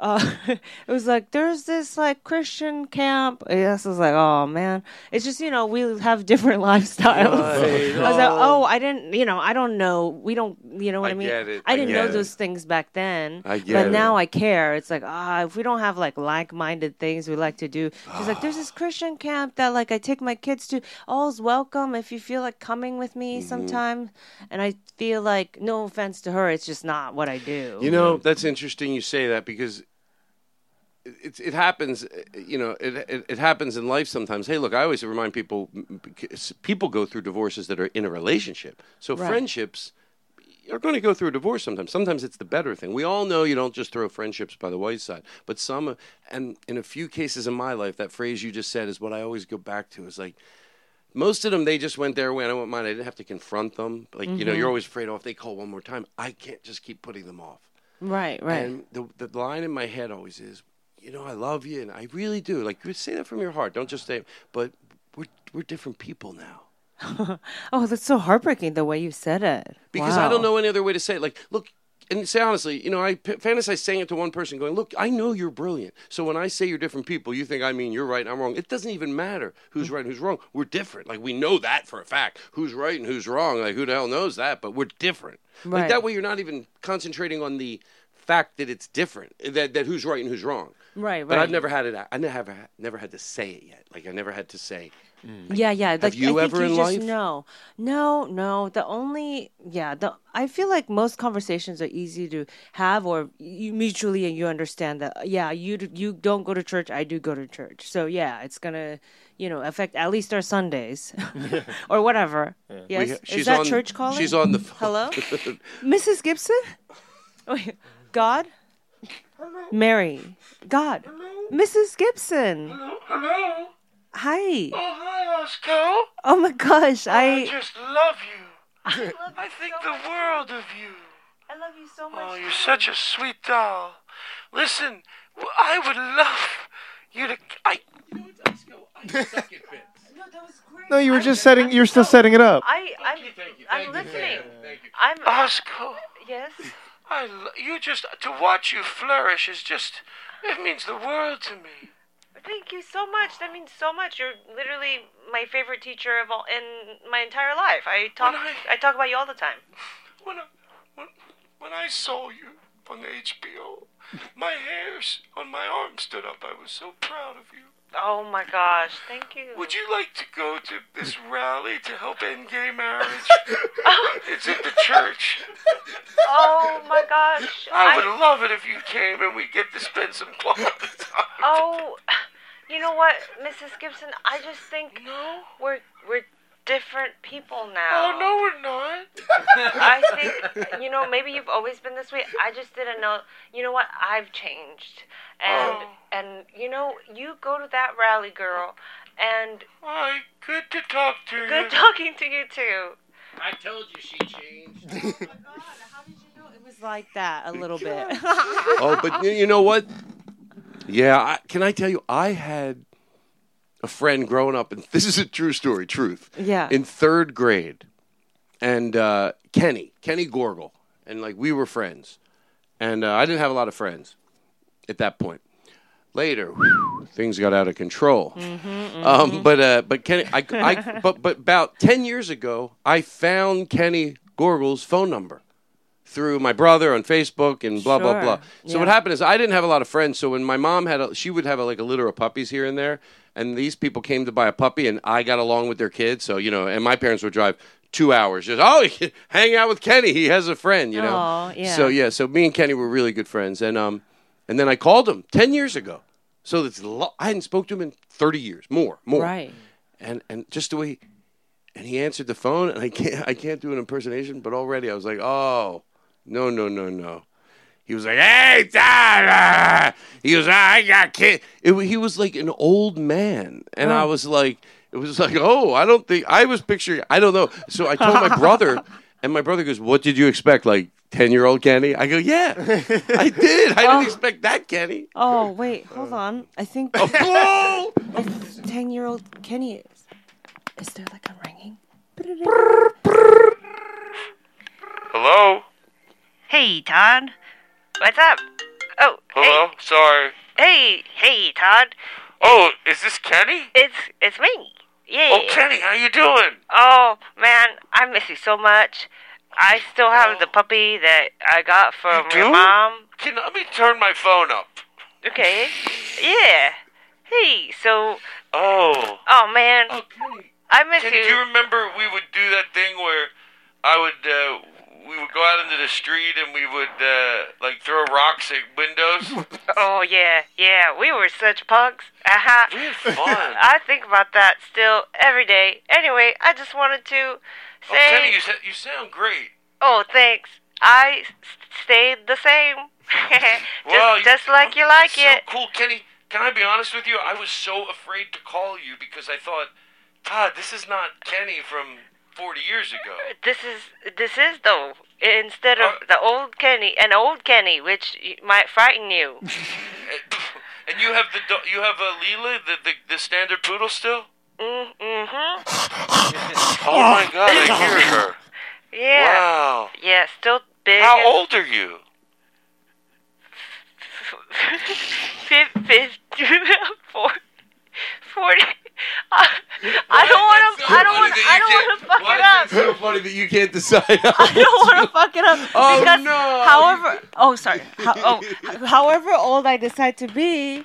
S3: uh, it was like there's this like Christian camp. Yes, I was like, oh man, it's just you know we have different lifestyles.
S4: Right.
S3: I was like,
S4: Oh.
S3: oh, I didn't, you know, I don't know. We don't, you know what
S4: I
S3: I, mean?
S4: get it.
S3: I
S4: I
S3: didn't
S4: get
S3: know
S4: it.
S3: those things back then,
S4: I
S3: but
S4: get it.
S3: now I care. It's like ah, if we don't have like like-minded things we like to do, she's like, there's this Christian camp that like I take my kids to. All's welcome if you feel like coming with me
S2: Mhm.
S3: sometime. And I feel like no offense to her, it's just not what I do.
S2: You know, that's interesting you say that because it, it, it happens, uh, you know, it, it, it happens in life sometimes. Hey, look, I always remind people m- because people go through divorces that are in a relationship. So
S9: Right.
S2: friendships are going to go through a divorce sometimes. Sometimes it's the better thing. We all know you don't just throw friendships by the wayside, but some, and in a few cases in my life, that phrase you just said is what I always go back to is like, most of them, they just went their way. and I went mine. I didn't have to confront them. Like, you know,
S3: Mhm.
S2: you're always afraid, oh, if they call one more time, I can't just keep putting them off.
S3: Right, right.
S2: And the, the line in my head always is, you know, I love you and I really do. Like, you say that from your heart. Don't just say, but we're, we're different people now.
S3: oh, that's so heartbreaking the way you said it.
S2: Because I don't know any other way to say it. Like, look, and say honestly, you know, I p- fantasize saying it to one person, going, look, I know you're brilliant. So when I say you're different people, you think I mean you're right and I'm wrong. It doesn't even matter
S3: Mm.
S2: who's right and who's wrong. We're different. Like, we know that for a fact. Who's right and who's wrong? Like, who the hell knows that? But we're different.
S3: Right.
S2: Like, that way you're not even concentrating on the fact that it's different, that, that who's right and who's wrong.
S3: Right, right.
S2: But I've never had it. I never, had- never had to say it yet. Like, I never had to say,
S3: Mm. Yeah, yeah.
S2: Have
S3: like,
S2: you
S3: I think
S2: ever
S3: you
S2: in
S3: just
S2: life?
S3: know. No, no. The only yeah, the I feel like most conversations are easy to have or you mutually and you understand that yeah, you d- you don't go to church, I do go to church. So yeah, it's going to, you know, affect at least our Sundays or whatever. Yes.
S2: We-
S3: Is that
S2: on-
S3: church calling?
S2: She's on the
S3: Hello?
S2: phone.
S3: Mrs. Gibson? Wait, God? Mary. God. Mrs. Gibson.
S10: Hello?
S3: Hi.
S10: Oh, hi, Oscar.
S3: Oh my gosh, I
S10: just love you. I think the world of you.
S3: I love you so
S10: much. Oh, you're such a sweet doll. Listen, w- I would love you to. I.
S6: No, you were just setting. You're still setting it up.
S3: I I'm I'm listening. I'm
S10: Oscar.
S3: Yes.
S10: I. lo- You just to watch you flourish is just. It means the world to me.
S3: Thank you so much. That means so much. You're literally my favorite teacher of all in my entire life. I talk I talk about you all the time.
S10: When I, when, when I saw you on the HBO, my hairs on my arm stood up. I was so proud of you.
S3: Oh my gosh, thank you.
S10: Would you like to go to this rally to help end gay marriage? it's at the church.
S3: Oh my gosh.
S10: I would love it if you came and we get to spend some quality time.
S3: Oh, you know what, Mrs. Gibson? I just think we're we're different people now.
S10: Oh, no, we're not.
S3: I think you know maybe you've always been this way. I just didn't know. You know what? I've changed, and
S10: Oh.
S3: and you know you go to that rally, girl, and
S10: Hi, good to talk to you.
S3: good talking to you too.
S2: I told you she
S3: Oh
S2: changed.
S3: It was like that a little bit.
S2: oh, but you, you know what? Yeah, I, can I tell you? I had a friend growing up, and this is a true story, truth.
S3: Yeah.
S2: In third grade, and uh, Kenny, Kenny Gorgel, and like we were friends, and uh, I didn't have a lot of friends at that point. Later, whew, things got out of control.
S11: Mm-hmm,
S2: Um, but uh, but Kenny, I, I but but about ten years ago, I found Kenny Gorgel's phone number through my brother on Facebook and blah blah
S9: Sure.
S2: blah. So what
S9: Yeah.
S2: happened is I didn't have a lot of friends. So when my mom had, a, she would have a, like a litter of puppies here and there, and these people came to buy a puppy, and I got along with their kids. So you know, and my parents would drive two hours just oh hang out with Kenny. He has a friend, you know.
S9: Aw, yeah.
S2: So yeah, so me and Kenny were really good friends, and um, and then I called him ten years ago. So that's lo- I hadn't spoke to him in thirty years, more, more.
S3: Right.
S2: And and just the way, and he answered the phone, and I can't I can't do an impersonation, but already I was like, oh no no no no. He was like, "Hey, Dad!" uh, He was, "Ah, "I got kid." It, wa- he was like an old man, and I was like, "It was like, oh, I don't think I was picturing. I don't know." So I told my brother, and my brother goes, "What did you expect? Like ten year old Kenny?" I go, "Yeah, I did. I didn't expect that Kenny."
S3: Oh wait,
S10: Uh.
S3: hold on. I think
S10: Oh!
S2: I
S3: think ten-year-old Kenny is. Is there like a ringing?
S10: Hello?
S11: Hey, Todd. What's up? Oh,
S10: Hello? Sorry.
S11: hey, hey, Todd.
S10: Oh, is this Kenny?
S11: It's it's me. Yeah.
S10: Oh, Kenny, how you doing?
S11: Oh man, I miss you so much. I still have the puppy that I got from
S10: Oh. You do?
S11: your mom.
S10: Can let me turn my phone up.
S11: Okay. Yeah. Hey. So.
S10: Oh.
S11: Oh man. I miss
S10: Kenny,
S11: you.
S10: do you remember we would do that thing where I would uh, we would go out into the street and we would uh, like throw rocks at windows?
S11: Oh yeah, yeah. We were such punks. Uh-huh. We had
S10: fun.
S11: I think about that still every day. Anyway, I just wanted to
S10: Oh,
S11: say.
S10: Kenny, you, sa- you sound great.
S11: Oh, thanks. I s- stayed the same. just,
S10: Wow, you-
S11: just like you like
S10: so
S11: it.
S10: cool, Kenny. Can I be honest with you? I was so afraid to call you because I thought, Todd, this is not Kenny from 40 years ago.
S11: This is this is though instead of
S10: Uh,
S11: the old Kenny, an old Kenny, which y- might frighten you.
S10: And you have the do- you have a Leela, the, the the standard poodle still?
S11: Mm hmm.
S10: Oh my God, I hear her.
S11: Yeah.
S10: Wow.
S11: Yeah, still big.
S10: How
S11: and-
S10: old are you?
S11: Fif- fif- four- forty. I, I don't want to. I don't want. I don't want to fuck it up.
S2: so funny that you can't decide.
S3: I don't want to fuck it up
S2: Oh,
S3: because
S2: no.
S3: however oh sorry how, oh h- however old I decide to be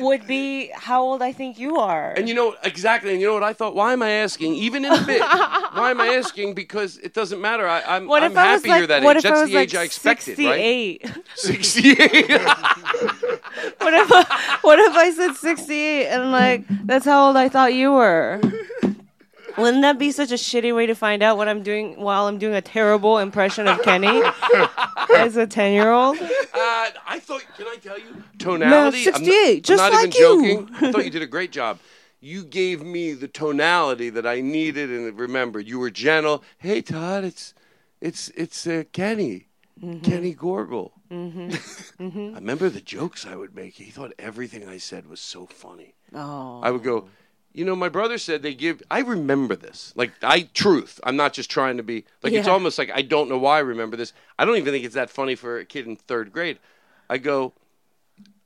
S3: would be how old I think you are.
S2: And you know exactly. And you know what I thought? Why am I asking? Even in a bit, why am I asking? Because it doesn't matter. I, I'm,
S3: What
S2: I'm
S3: if I was
S2: happy
S3: like
S2: you're that
S3: what
S2: age.
S3: if
S2: That's
S3: I was
S2: the
S3: like
S2: age I expected, right?
S3: 68?
S2: Sixty-eight.
S3: What if I, what if I said 68 and like that's how old I thought you were? Wouldn't that be such a shitty way to find out what I'm doing while I'm doing a terrible impression of Kenny as a 10 year old?
S2: Uh, I thought. Can I tell you? Tonality.
S3: No,
S2: I'm not-
S3: 68,
S2: I'm
S3: just
S2: not,
S3: like you.
S2: even joking. I thought you did a great job. You gave me the tonality that I needed and remembered. You were gentle. Hey, Todd, it's it's it's uh, Kenny, Kenny Gorgel.
S3: Mm-hmm.
S2: I remember the jokes I would make. He thought everything I said was so funny.
S3: Oh.
S2: I would go, you know, my brother said they give. I remember this. Like, I truth. I'm not just trying to be like. It's
S9: Yeah.
S2: almost like I don't know why I remember this. I don't even think it's that funny for a kid in third grade. I go,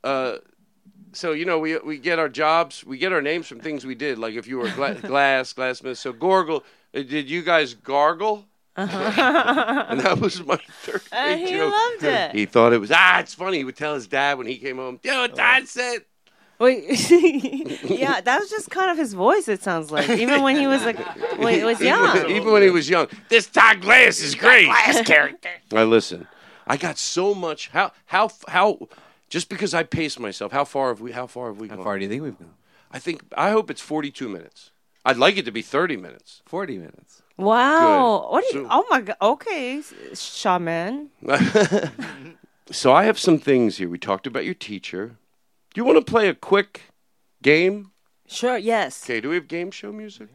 S2: uh, so you know, we we get our jobs, we get our names from things we did. Like if you were gla- glass, glassmith. So gorgle. uh, Did you guys gargle? And that was my third
S9: And
S2: grade
S9: Uh, he
S2: joke.
S9: loved it. Oh,
S2: He thought it was ah, it's funny. He would tell his dad when he came home. You know what dad said?
S3: Wait, yeah, that was just kind of his voice. It sounds like even when he was like when he was
S2: Even-
S3: young.
S2: Even when he was young, this Todd Glass is great. I listen. I got so much. How how how? Just because I pace myself, how far have we? How far have we gone? How far
S7: do you think we've gone?
S2: I think I hope it's forty-two minutes. I'd like it to be thirty minutes.
S7: Forty minutes.
S3: Wow. What do you?
S2: So-
S3: oh my god. Okay, s- shaman.
S2: so I have some things here. We talked about your teacher. Do you want to play a quick game?
S3: Sure. Yes.
S2: Okay. Do we have game show music?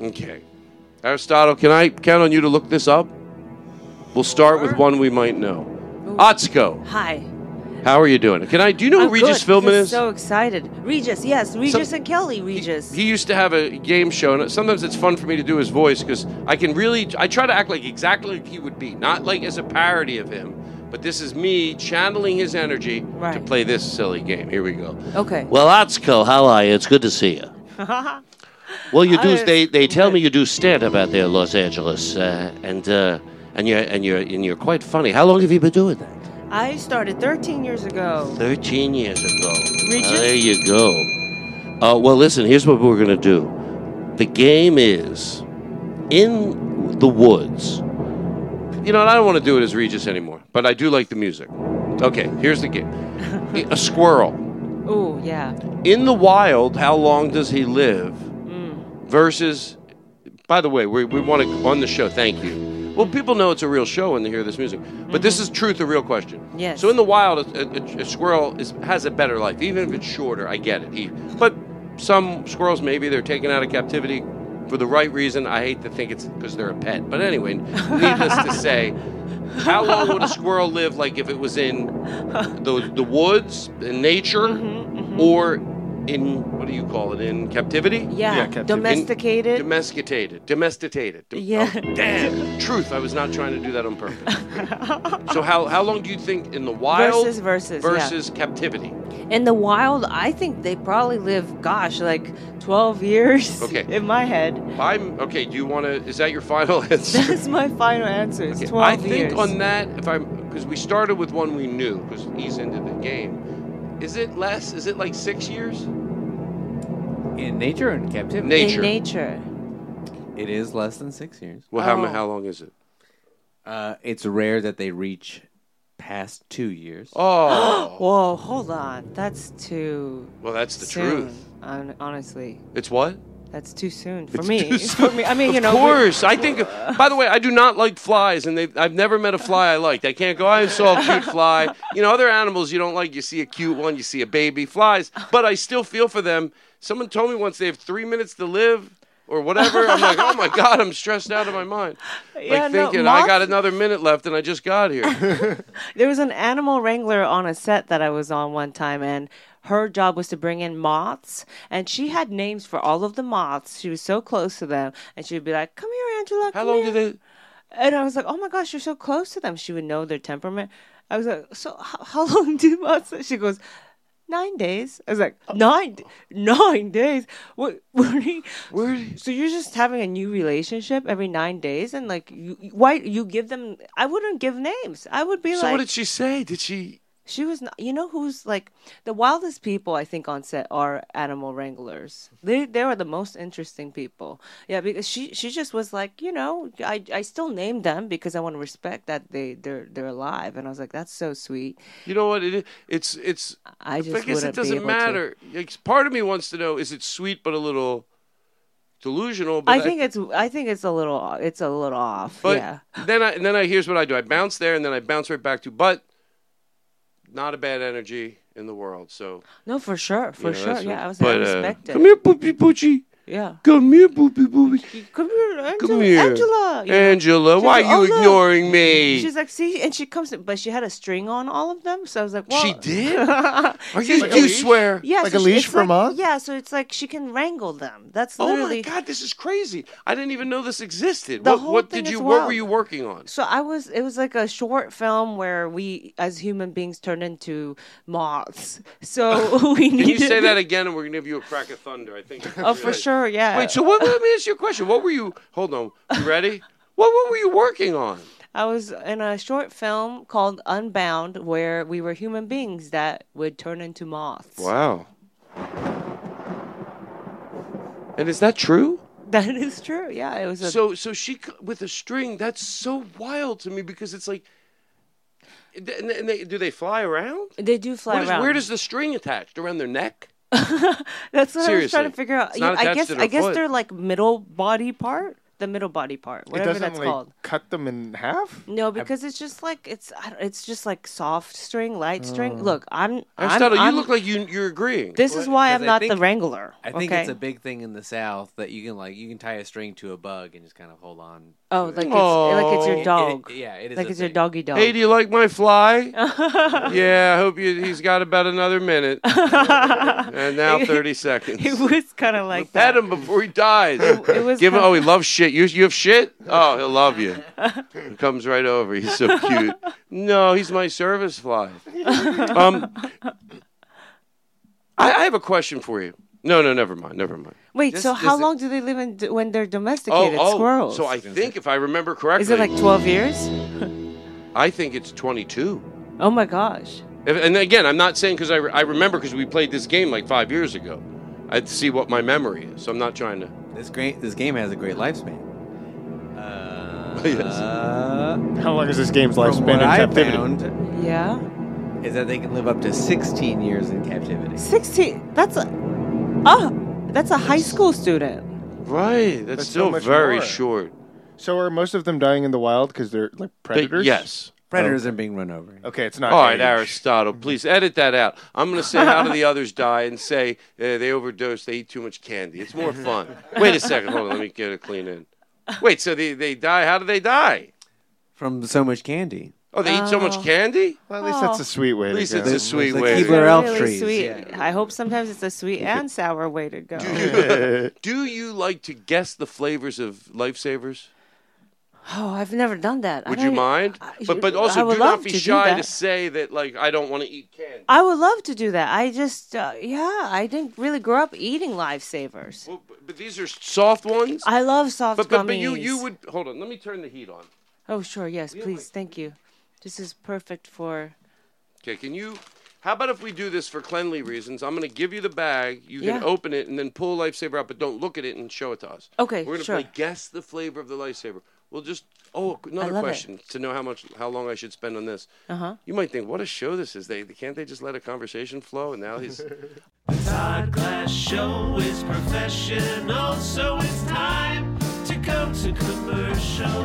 S2: Okay. Aristotle, can I count on you to look this up? We'll start with one we might know. Otzko.
S3: Hi.
S2: How are you doing? Can I? Do you know who
S3: I'm
S2: Regis
S3: good.
S2: Philbin
S3: Just
S2: is?
S3: So excited, Regis. Yes, Regis and Kelly. Regis.
S2: he used to have a game show, and sometimes it's fun for me to do his voice because I can really I try to act like exactly like he would be, not like as a parody of him, but this is me channeling his energy to
S3: Right.
S2: play this silly game. Here we go.
S3: Okay.
S9: Well, Atsuko, how are you? It's good to see you. Well, you do.
S3: I-
S9: They, they tell me you do stand up out there in Los Angeles, uh, and uh, and you're and you're and you're quite funny. How long have you been doing that?
S3: I started 13 years ago.
S9: Thirteen years ago.
S3: Regis?
S9: There you go. Uh, well, listen. Here's what we're gonna do. The game is in the woods.
S2: You know, and I don't want to do it as Regis anymore, but I do like the music. Okay, here's the game. a squirrel.
S3: Ooh, yeah.
S2: in the wild, how long does he live? Versus, by the way, we, we want to on the show. Thank you. Well, people know it's a real show when they hear this music, but this is truth, a real
S11: Uh,
S2: question.
S3: Yes.
S2: So in the wild, a, a, a squirrel is, has a better life, even if it's shorter. I get it. He, but some squirrels maybe they're taken out of captivity for the right reason. I hate to think it's because they're a pet, but anyway, needless to say, how long would a squirrel live? Like if it was in the the woods, in nature,
S3: Mm-hmm,
S2: or in what do you call it? In captivity?
S3: Yeah, domesticated.
S2: In- domesticated. Domesticated. Dom-
S3: Yeah.
S2: oh, damn. Truth. I was not trying to do that on purpose. so how how long do you think in the wild
S3: Versus, versus, yeah.
S2: versus captivity?
S3: In the wild, I think they probably live, gosh, like 12 years.
S2: Okay.
S3: In my head.
S2: I'm okay. Do you want to? Is that your final answer?
S3: That's my final answer. It's 12
S2: I think
S3: years.
S2: on that, if I'm because we started with one we knew because he's into the game. Is it less? Is it like six years?
S7: In nature or in captivity?
S3: In
S2: Nature.
S3: nature.
S7: It is less than six years.
S2: Well, how mu- Oh. how long is it?
S7: Uh, it's rare that they reach past two years.
S2: Oh,
S3: Whoa, hold on. That's too.
S2: Well, that's the
S3: soon,
S2: truth.
S3: hon- honestly,
S2: It's what?
S3: that's too soon for
S2: It's
S3: me.
S2: too
S3: For me. I mean,
S2: of
S3: you know.
S2: Of
S3: we-
S2: course. I think, by the way, I do not like flies, and they, I've never met a fly I liked. I can't go, I saw a cute fly. You know, other animals you don't like, you see a cute one, you see a baby. Flies, but I still feel for them. Someone told me once they have three minutes to live or whatever. I'm like, oh my God, I'm stressed out of my mind.
S3: Yeah,
S2: like
S3: no,
S2: thinking, I got
S3: moths-
S2: another minute left, and I just got here.
S3: There was an animal wrangler on a set that I was on one time, and her job was to bring in moths, and she had names for all of the moths. She was so close to them, and she would be like, "Come here, Angela." How long
S2: do they?
S3: And I was like, "Oh my gosh, you're so close to them." She would know their temperament. I was like, "So how, how long do moths?" She goes. Nine days. I was like, nine, d- nine days. What? Woody? So you're just having a new relationship every nine days, and like, you, you- why you give them? I wouldn't give names. I would be
S2: so,
S3: like,
S2: what did she say? Did she.
S3: she was not. You know who's like the wildest people I think on set are animal wranglers. They they are the most interesting people. Yeah, because she she just was like you know I I still named them because I want to respect that they they're they're alive and I was like that's so sweet.
S2: You know what? It, is- it's it's.
S3: I just
S2: guess
S3: wouldn't be
S2: it doesn't
S3: able to.
S2: matter. Like, part of me wants to know: is it sweet but a little delusional? But
S3: I think it's I think it's a little it's a little off.
S2: But
S3: yeah.
S2: then I and then I here's what I do: I bounce there and then I bounce right back to. But not a bad energy in the world. So
S3: No, for sure, for
S2: know,
S3: sure.
S2: that's
S3: Yeah,
S2: what-
S3: I was
S2: but,
S3: like, I
S2: uh,
S3: respect it.
S2: come here, poopy poochie.
S3: Yeah.
S2: Come here, poopy poopy.
S3: Come here, Angela.
S2: Come here,
S3: Angela. You know?
S2: Angela,
S3: She's
S2: why
S3: like,
S2: are you
S3: "Oh, look."
S2: ignoring me?
S3: She's like, see, and she comes, but she had a string on all of them, so I was like, well,
S2: She did?
S3: Are
S2: you- you swear?
S3: Yeah,
S2: Like
S3: so
S2: a
S3: she-
S2: leash
S3: it's
S2: from
S3: like,
S2: us?
S3: Yeah, so it's like she can wrangle them. That's
S2: oh
S3: literally.
S2: my god, this is crazy! I didn't even know this existed.
S3: The
S2: what
S3: whole
S2: what
S3: thing
S2: did you?
S3: is
S2: What were
S3: wild.
S2: you working on?
S3: So I was. It was like a short film where we, as human beings, turned into moths. So we
S2: Can
S3: needed.
S2: you say that again, and we're gonna give you a crack of thunder? I think.
S3: Oh, for sure, yeah.
S2: Wait. So what? Let me ask you a question. What were you? Hold on. You ready? what? What were you working on?
S3: I was in a short film called Unbound, where we were human beings that would turn into moths.
S2: Wow. And is that true?
S3: That is true. Yeah, it was. A,
S2: So so she c- with a string. That's so wild to me because it's like. And they- and they, do they fly around?
S3: They do fly
S2: What is-
S3: around.
S2: Where does the string attached around their neck?
S3: That's what I was trying
S2: Seriously.
S3: to figure out.
S2: It's not
S3: I
S2: attached
S3: guess
S2: to
S3: I
S2: their
S3: guess
S2: foot.
S3: they're like middle body part, the middle body part, whatever
S6: it doesn't
S3: that's
S6: like
S3: called.
S6: cut them in half?
S3: No, because it's just like it's I don't- it's just like soft string, light string.
S6: Oh.
S3: Look, I'm. I'm,
S2: Mm. Aristotle, you
S3: I'm-
S2: look like you you're agreeing.
S3: This is why I'm
S7: I
S3: not the
S7: think-
S3: wrangler.
S7: I think
S3: okay?
S7: it's a big thing in the South that you can like you can tie a string to a bug and just kind of hold on.
S3: Oh,
S7: to it.
S3: like it's- like it's your
S7: It-
S2: Oh.
S7: it-
S3: dog.
S7: yeah, it is.
S3: Like
S7: a
S3: it's your
S7: thing.
S3: doggy dog.
S2: Hey, do you like my fly? yeah, I hope you. He's got about another minute, and now thirty seconds.
S3: It was kind of like
S2: Pet him before he dies.
S3: it was
S2: Give him.
S3: kinda-
S2: Oh, he loves shit. You you have shit. Oh, he'll love you. He comes right over. He's so cute. No, he's my service fly. Um, I, I have a question for you. No, no, never mind, never mind.
S3: Wait,
S2: This-
S3: so
S2: this-
S3: how long do they live in d- when they're domesticated squirrels?
S2: Oh, So I think if I remember correctly,
S3: Is it like 12 years?
S2: I think it's 22.
S3: Oh my gosh.
S2: If, and again, I'm not saying because I, re- I remember because we played this game like five years ago. I'd see what my memory is, so I'm not trying to.
S7: This great. This game has a great lifespan. Uh,
S6: How long is this game's
S7: from
S6: lifespan
S7: what
S6: in
S7: I
S6: captivity?
S7: Found
S3: Yeah.
S7: is that they can live up to 16 years in captivity.
S3: 16. That's a. Oh, that's a high school student.
S2: Right, that's,
S6: That's so
S2: still
S6: much
S2: very
S6: more.
S2: short.
S6: So are most of them dying in the wild because they're like predators?
S2: yes.
S7: Predators
S6: Oh.
S7: are being run over.
S6: Okay, it's not.
S2: All right,
S6: age.
S2: Aristotle, please edit that out. I'm going to say how do the others die and say uh, they overdose, they eat too much candy. It's more fun. Wait a second, hold on, let me get a clean in. Wait, so they, they die? How do they die?
S7: From so much candy.
S2: Oh, they eat so much
S3: Oh.
S2: candy?
S6: Well, at least that's a sweet way.
S2: At least
S6: to go.
S2: it's a sweet
S7: Like
S2: way. to
S7: Keebler
S2: go.
S7: Oh. elf
S3: really
S7: trees,
S3: sweet. I hope sometimes it's a sweet and sour way to go.
S2: Do you like to guess the flavors of lifesavers?
S3: Oh, I've never done that. I
S2: Would you
S3: don't- e-,
S2: mind?
S3: I-
S2: But but
S3: I
S2: also
S3: would
S2: do not
S3: love
S2: be
S3: to do
S2: shy to
S3: that.
S2: say that like I don't want to eat candy.
S3: I would love to do that. I just, uh, yeah, I didn't really grow up eating lifesavers.
S2: But these are soft ones.
S3: I love soft
S2: But but, but you
S3: gummies.
S2: you would hold on. Let me turn the heat on.
S3: Oh, sure, yes, please, thank you. This is perfect for.
S2: Okay, can you? How about if we do this for cleanly reasons? I'm going to give you the bag. You can
S3: Yeah.
S2: open it and then pull a lifesaver out, but don't look at it and show it to us.
S3: Okay,
S2: We're going to
S3: sure.
S2: play guess the flavor of the lifesaver. We'll just. Oh,
S3: I
S2: another
S3: love it.
S2: question to know how much, how long I should spend on this.
S3: Uh huh.
S2: You might think, what a show this is. They can't they just let a conversation flow? And now he's.
S5: Todd Glass Show is professional, so it's time to go to commercial.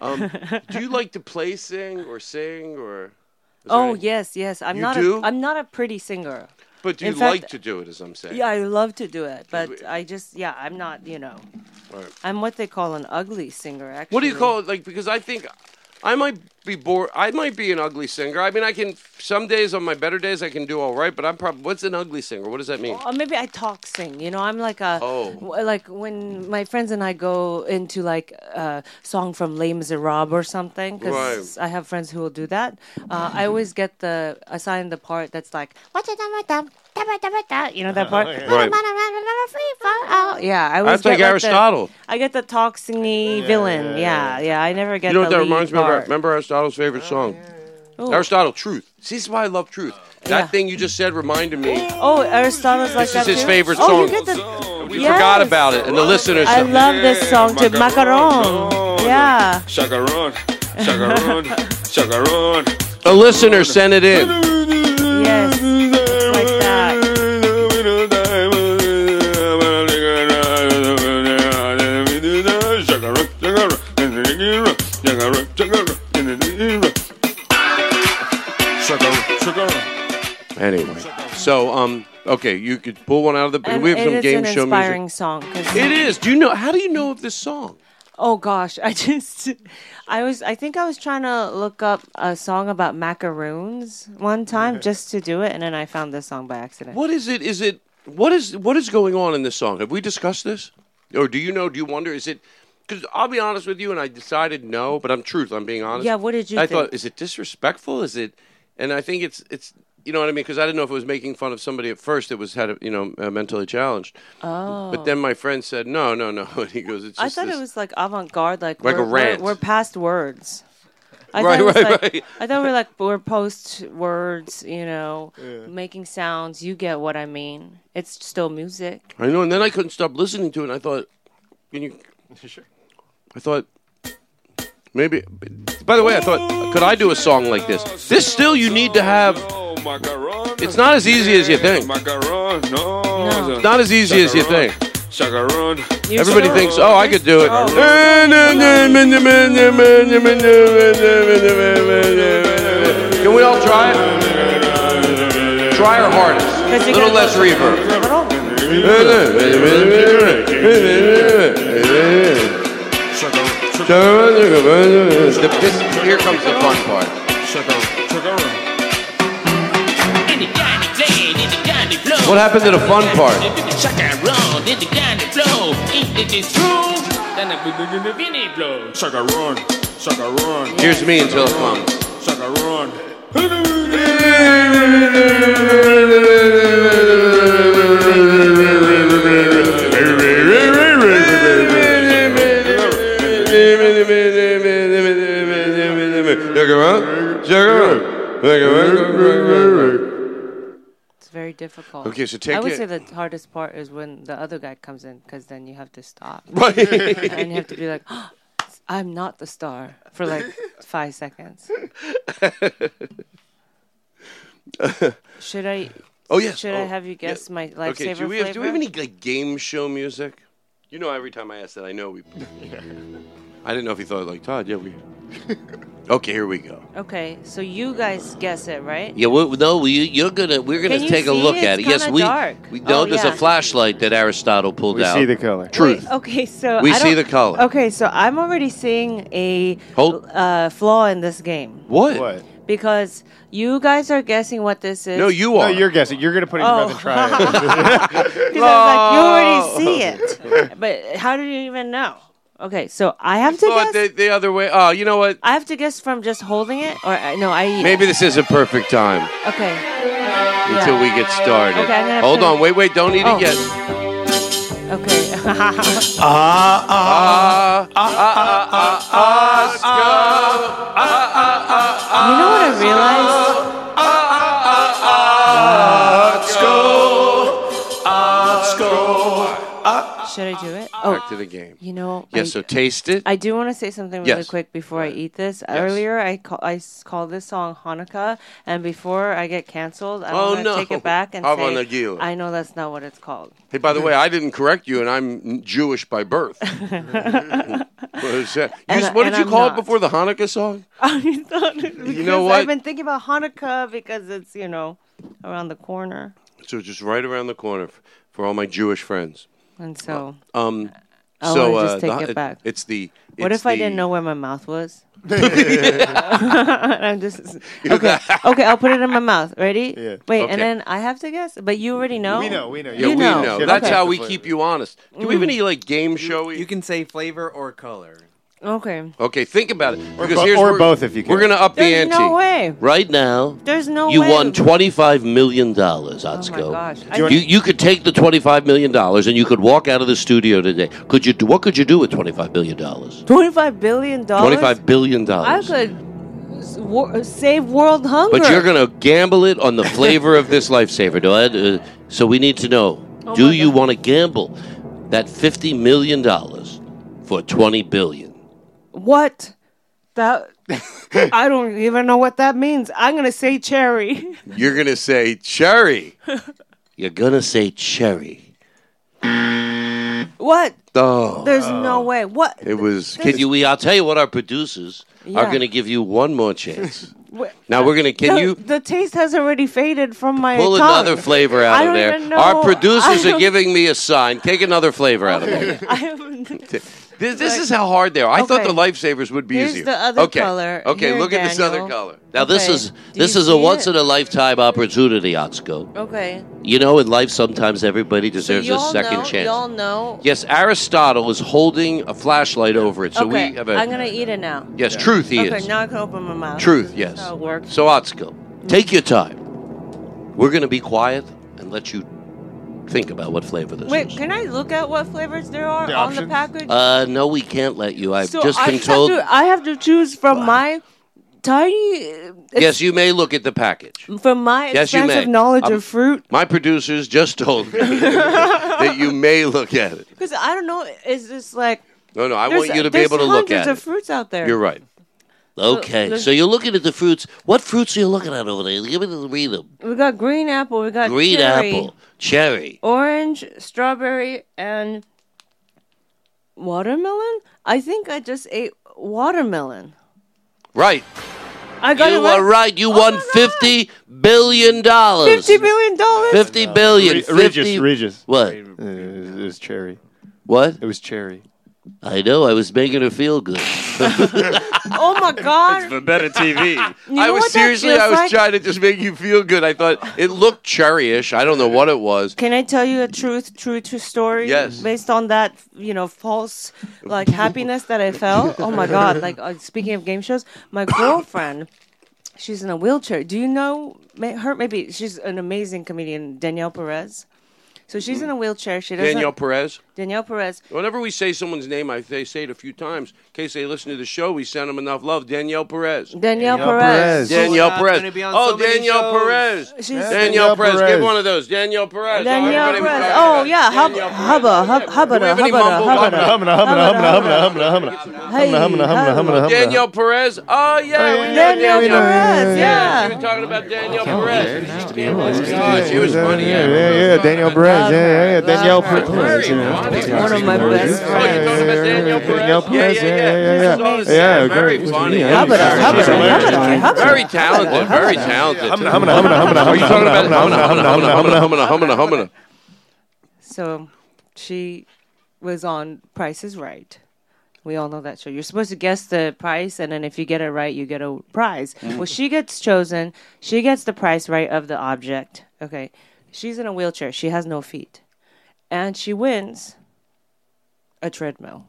S2: Um, do you like to play, sing, or sing, or? is there
S3: Oh
S2: any-
S3: yes, yes. I'm
S2: You
S3: not.
S2: do?
S3: A, I'm not a pretty singer.
S2: But do
S3: In
S2: you
S3: fact-
S2: like to do it? As I'm saying.
S3: Yeah, I love to do it, but I just, yeah, I'm not. You know,
S2: All right.
S3: I'm what they call an ugly singer. Actually,
S2: What do you call it? Like because I think I might be bored. I might be an ugly singer. I mean, I can some days on my better days I can do all right, but I'm probably what's an ugly singer? What does that mean?
S3: Or maybe I talk sing. You know, I'm like a
S2: Oh.
S3: w- like when my friends and I go into like a song from Les Miserables or something because
S4: Right.
S3: I have friends who will do that. Uh, I always get the assigned the part that's like you know that
S2: Uh-huh.
S3: part.
S4: Right.
S3: Yeah, I
S2: That's
S3: always get
S2: like
S3: the-
S2: Aristotle.
S3: I get the talk singy villain. Yeah, yeah. I never get
S2: you know
S3: the
S2: what that
S3: lead
S2: reminds me of?
S3: part. Oh,
S2: Remember Aristotle's favorite song?
S3: Ooh.
S2: Aristotle, truth. See, this is why I love truth. That
S3: Oh. Yeah.
S2: thing you just said reminded me.
S3: Oh, Aristotle's like
S2: This
S3: that
S2: is his
S3: too?
S2: favorite
S3: Oh, you
S2: song.
S3: get the,
S2: We forgot about it, and the listeners.
S3: I love this song too,
S4: Oh,
S3: Macaron. Yeah.
S10: Chacaron, chacaron, chacaron.
S2: A listener sent it in.
S3: Yes. Like that. Anyway,
S2: so Um, okay, you could pull one out of the.
S3: And
S2: we have some
S3: it is
S2: game
S3: an
S2: show
S3: inspiring
S2: music.
S3: song. 'cause-
S2: It is. Do you know? How do you know of this song?
S3: Oh gosh, I just, I was, I think I was trying to look up a song about macaroons one time just to do it, and then I found this song by accident.
S2: What is it? Is it what is what is going on in this song? Have we discussed this, or do you know? Do you wonder? Is it? Because I'll be honest with you, and I decided no, but I'm truth. I'm being honest.
S3: Yeah, what did you
S2: I
S3: think?
S2: thought is it disrespectful? Is it? And I think it's it's you know what I mean because I didn't know if it was making fun of somebody at first that was had a, you know uh, mentally challenged.
S3: Oh,
S2: But then my friend said no, no, no, and he goes, it's
S3: I
S2: just
S3: thought
S2: this-
S3: it was like avant-garde, like
S2: Like a
S3: we're, we're-
S2: rant.
S3: We're, past words. I
S2: Right,
S3: thought it was
S2: right,
S3: like,
S2: right.
S3: I thought we we're like we're post words, you know,
S2: Yeah.
S3: making sounds. You get what I mean. It's still music.
S2: I know, and then I couldn't stop listening to it. And I thought, can you? I thought maybe. By the way, I thought, could I do a song like this? This still you need to have. It's not as easy as you think. It's not as easy as you think. Everybody thinks, oh, I could do it. Can we all try it? Try our hardest. A little less reverb. The- this- here comes the fun part. What happened to the fun part? Here's me until it comes.
S3: It's very difficult.
S2: Okay, so take
S3: I would
S2: it-
S3: say the hardest part is when the other guy comes in, because then you have to stop.
S2: Right.
S3: and you have to be like, "Ah, I'm not the star for like five seconds. Should I?
S2: Oh yes.
S3: Should I
S2: Oh,
S3: have you
S2: yeah.
S3: guess my lifesaver
S2: okay, do we have, Do we have
S3: flavor?
S2: any like game show music? You know, every time I ask that, I know we. I didn't know if he thought like Todd. Yeah, we. okay, here we go.
S3: Okay, so you guys guess it, right?
S9: Yeah, we, no, we, you're gonna we're gonna
S3: Can you
S9: take a
S3: see?
S9: look
S3: It's
S9: at it. Yes,
S3: kinda
S9: we
S3: dark.
S9: we know
S3: Oh,
S9: there's
S3: yeah.
S9: a flashlight that Aristotle pulled
S6: We
S9: out.
S6: see the color.
S9: Truth.
S3: Okay, so
S9: We
S3: I
S9: see
S3: don't-
S9: the color.
S3: Okay, so I'm already seeing a
S9: Hold-
S3: uh, flaw in this game
S9: What?
S3: because you guys are guessing what this is.
S6: No, you are. No, you're guessing. You're gonna put it in your mouth and try it.
S3: Because I was like, you already see it, but how did you even know? Okay, so I have to guess.
S2: The, the other way. Oh, you know what?
S3: I have to guess from just holding it, or uh, no, I
S2: Maybe this is a perfect time
S3: Okay.
S2: until we get started.
S3: Okay, I'm gonna have
S2: Hold
S3: to-
S2: on, wait, wait, don't eat
S3: Oh.
S2: it yet.
S3: Okay.
S6: Uh-huh.
S2: Ah, ah, ah, ah, ah, ah,
S3: You know what I realized? Should I do it? Oh,
S2: Back to the game.
S3: You know,
S2: Yes,
S3: I-
S2: so taste it.
S3: I do want to say something really
S2: Yes.
S3: quick before I eat this. Earlier, I call, I s- called this song Hanukkah, and before I get canceled, I
S2: Oh,
S3: want to
S2: no.
S3: take it back and
S2: Have on a
S3: say
S2: deal.
S3: I know that's not what it's called.
S2: Hey, by the way, I didn't correct you, and I'm Jewish by birth. What is that? You-
S3: And I-
S2: what did
S3: and
S2: you
S3: I'm
S2: call
S3: not.
S2: it before the Hanukkah song?
S3: I thought it-
S2: You know
S3: because I've
S2: what?
S3: been thinking about Hanukkah because it's you know around the corner,
S2: So just right around the corner f- for all my Jewish friends.
S3: and so
S2: Um,
S3: I
S2: so
S3: wanna Oh, just
S2: uh, the
S3: take
S2: Ha-
S3: it back.
S2: It's the.
S3: what
S2: it's
S3: if I
S2: the-
S3: didn't know where my mouth was? I'm just okay. Okay, I'll put it in my mouth. Ready?
S2: Yeah.
S3: Wait,
S2: Okay.
S3: and then I have to guess, but you already know.
S6: We know, we know.
S2: Yeah,
S3: You
S2: we know. That's
S3: Okay.
S2: how we keep you honest. Do we have
S3: Mm.
S2: any like game show?
S7: You can say flavor or color.
S3: Okay.
S2: Okay, think about it. Or,
S6: bo- or both if you
S2: We're
S6: can.
S2: gonna up the
S3: There's
S2: ante.
S3: no way.
S9: Right now,
S3: There's no
S9: you
S3: way. Oh
S9: won twenty-five million dollars, Otsko.
S3: gosh. I
S9: You,
S3: think-
S9: you could take the twenty-five million dollars and you could walk out of the studio today. Could you? do? What could you do with twenty-five million dollars?
S3: Twenty-five billion dollars.
S9: Twenty-five billion
S3: I
S9: dollars.
S3: could s- wor- save world hunger.
S9: But you're gonna gamble it on the flavor of this lifesaver, do I? Uh, so we need to know:
S3: Oh
S9: Do
S3: my
S9: you want to gamble that fifty million dollars for twenty billion?
S3: what? That I don't even know what that means. I'm gonna say cherry.
S2: You're gonna say cherry.
S9: You're gonna say cherry.
S3: What?
S9: Oh,
S3: There's no way. What?
S9: It was. Can you? We. I'll tell you what. Our producers
S3: Yeah.
S9: are going to give you one more chance. Now we're gonna. Can
S3: the,
S9: you
S3: The taste has already faded from my
S9: pull
S3: tongue.
S9: another flavor
S3: I
S9: out of
S3: don't
S9: there?
S3: even know.
S9: Our producers
S3: I
S9: are
S3: don't-
S9: giving me a sign. Take another flavor out of there. This, this is how hard they are. I thought the lifesavers would be
S3: Here's
S9: easier.
S3: the other
S9: okay.
S3: color.
S9: Okay,
S3: Here,
S9: look at this other
S3: Daniel.
S9: color. Now this
S3: Okay.
S9: is
S3: Do you
S9: this is a
S3: see
S9: once
S3: it?
S9: in a lifetime opportunity, Otsko.
S4: Okay.
S9: You know, in life sometimes everybody
S4: So
S9: deserves a
S4: y'all
S9: second
S4: know,
S9: chance.
S4: y'all know.
S9: Yes, Aristotle is holding a flashlight over it, so
S4: okay,
S9: we have a
S4: I'm gonna eat it now.
S9: Yes, truth he
S4: okay,
S9: is.
S4: now I can open my mouth.
S9: Truth,
S4: This
S9: yes.
S4: is how it works.
S9: So, Otsko, take your time. We're going to be quiet and let you think about what flavor this
S3: Wait, can I look at what flavors there are
S9: The
S3: on
S9: options?
S3: the package?
S9: is. Uh, no, we can't let you. I've
S3: so
S9: just
S3: I
S9: been
S3: just
S9: told.
S3: Have to, I have to choose from my tiny, uh,
S9: yes, you may look at the package.
S3: from my
S9: Yes, you
S3: expansive
S9: may.
S3: knowledge
S9: Um,
S3: of fruit.
S9: My producers just told me that you may look at it.
S3: Because I don't know, is this like?
S9: No, no, I
S3: there's-
S9: want you to be
S3: there's
S9: able to look at
S3: hundreds of
S9: it.
S3: fruits out there.
S9: You're right. Okay,
S3: let's-
S9: so you're looking at the fruits. What fruits are you looking at over there? Give me the read them.
S4: We got green apple. We got
S9: Green
S4: cherry,
S9: apple, cherry.
S4: orange, strawberry, and watermelon. I think I just ate watermelon.
S9: Right.
S4: I got
S9: you
S4: it
S9: were right.
S3: Oh
S9: You won fifty billion dollars.
S4: Fifty billion dollars.
S9: Fifty billion.
S6: Re- Regis,
S9: 50
S6: Regis.
S9: What?
S6: It was cherry.
S9: What?
S6: It was cherry.
S9: I know. I was making her feel good.
S3: oh my god!
S9: For better TV.
S3: You
S9: I
S3: know
S9: was
S3: what that
S9: seriously.
S3: feels
S9: I was
S3: like?
S9: trying to just make you feel good. I thought it looked cherryish. I don't know what it was.
S3: Can I tell you a truth, true, true story?
S9: Yes.
S3: Based on that, you know, false like happiness that I felt. Oh my god! Like uh, speaking of game shows, my girlfriend, she's in a wheelchair. Do you know ma- her? Maybe she's an amazing comedian, Danielle Perez. So she's in a wheelchair. She doesn't.
S2: Danielle Perez.
S3: Danielle Perez.
S2: Whenever we say someone's name, I they say it a few times. In case they listen to the show, we send them enough love. Danielle Perez.
S3: Danielle Danielle Perez. Perez.
S2: Danielle
S3: She's, uh,
S2: Perez.
S3: gonna be on
S2: oh,
S3: so many
S2: Danielle
S3: shows.
S2: Perez.
S3: She's-
S2: Danielle,
S3: Danielle
S2: Perez.
S3: Perez.
S2: Give one of those. Danielle Perez.
S3: Danielle
S2: Everybody-
S3: Perez. Oh yeah, hub, hubba, hub, hubba, hubba, hubba,
S6: Humana, humana, humana, humana, humana, humana.
S3: Hey,
S6: Humana, humana, humana, humana, humana.
S2: Danielle Perez. Oh yeah, we know
S3: Danielle
S2: Danielle
S3: Perez, yeah.
S2: You were talking about Danielle Perez.
S6: Yeah, she was funny. Yeah, yeah, yeah. Danielle Perez. Yeah, yeah, yeah. Danielle Perez. One of my best Danielle Perez. Yeah, yeah, yeah. Yeah, yeah. Very funny.
S2: Very talented. Very talented.
S6: Are you talking about
S2: Humana, humana, humana.
S3: So she was on Price is Right. We all know that show. You're supposed to guess the price, and then if you get it right, you get a prize.
S4: Mhm.
S3: Well, she gets chosen. She gets the price right of the object. Okay. She's in a wheelchair. She has no feet. And she wins a treadmill.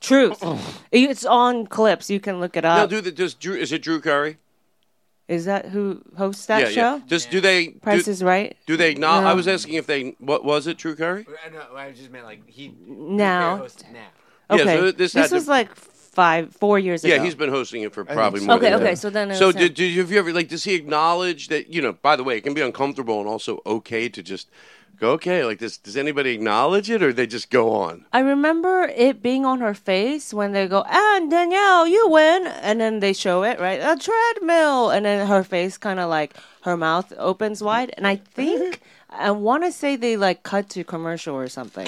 S3: Truth. It's on clips. You can look it
S2: Now,
S3: up.
S2: do the does Drew is it Drew Curry?
S3: Is that who hosts that
S2: yeah,
S3: show?
S2: yeah. Does do they
S3: Price
S2: do,
S3: is Right?
S2: Do they not? I
S3: No.
S2: was asking if they what was it Drew Curry?
S7: No, I just meant like he.
S3: Now.
S2: Yeah, so
S3: Okay. this
S2: this had to-
S3: was like five, four years
S2: Yeah,
S3: ago.
S2: he's been hosting it for
S3: think
S2: probably
S3: so.
S2: more.
S3: Okay,
S2: than
S3: okay,
S2: that.
S3: so then it
S2: so
S3: was
S2: did,
S3: him.
S2: did have you ever like? Does he acknowledge that you know? By the way, it can be uncomfortable and also okay to just go okay. Like this, does anybody acknowledge it or they just go on?
S3: I remember it being on her face when they go, and Danielle, you win. And then they show it, right? A treadmill. And then her face kind of like her mouth opens wide. And I think, I want to say they like cut to commercial or something.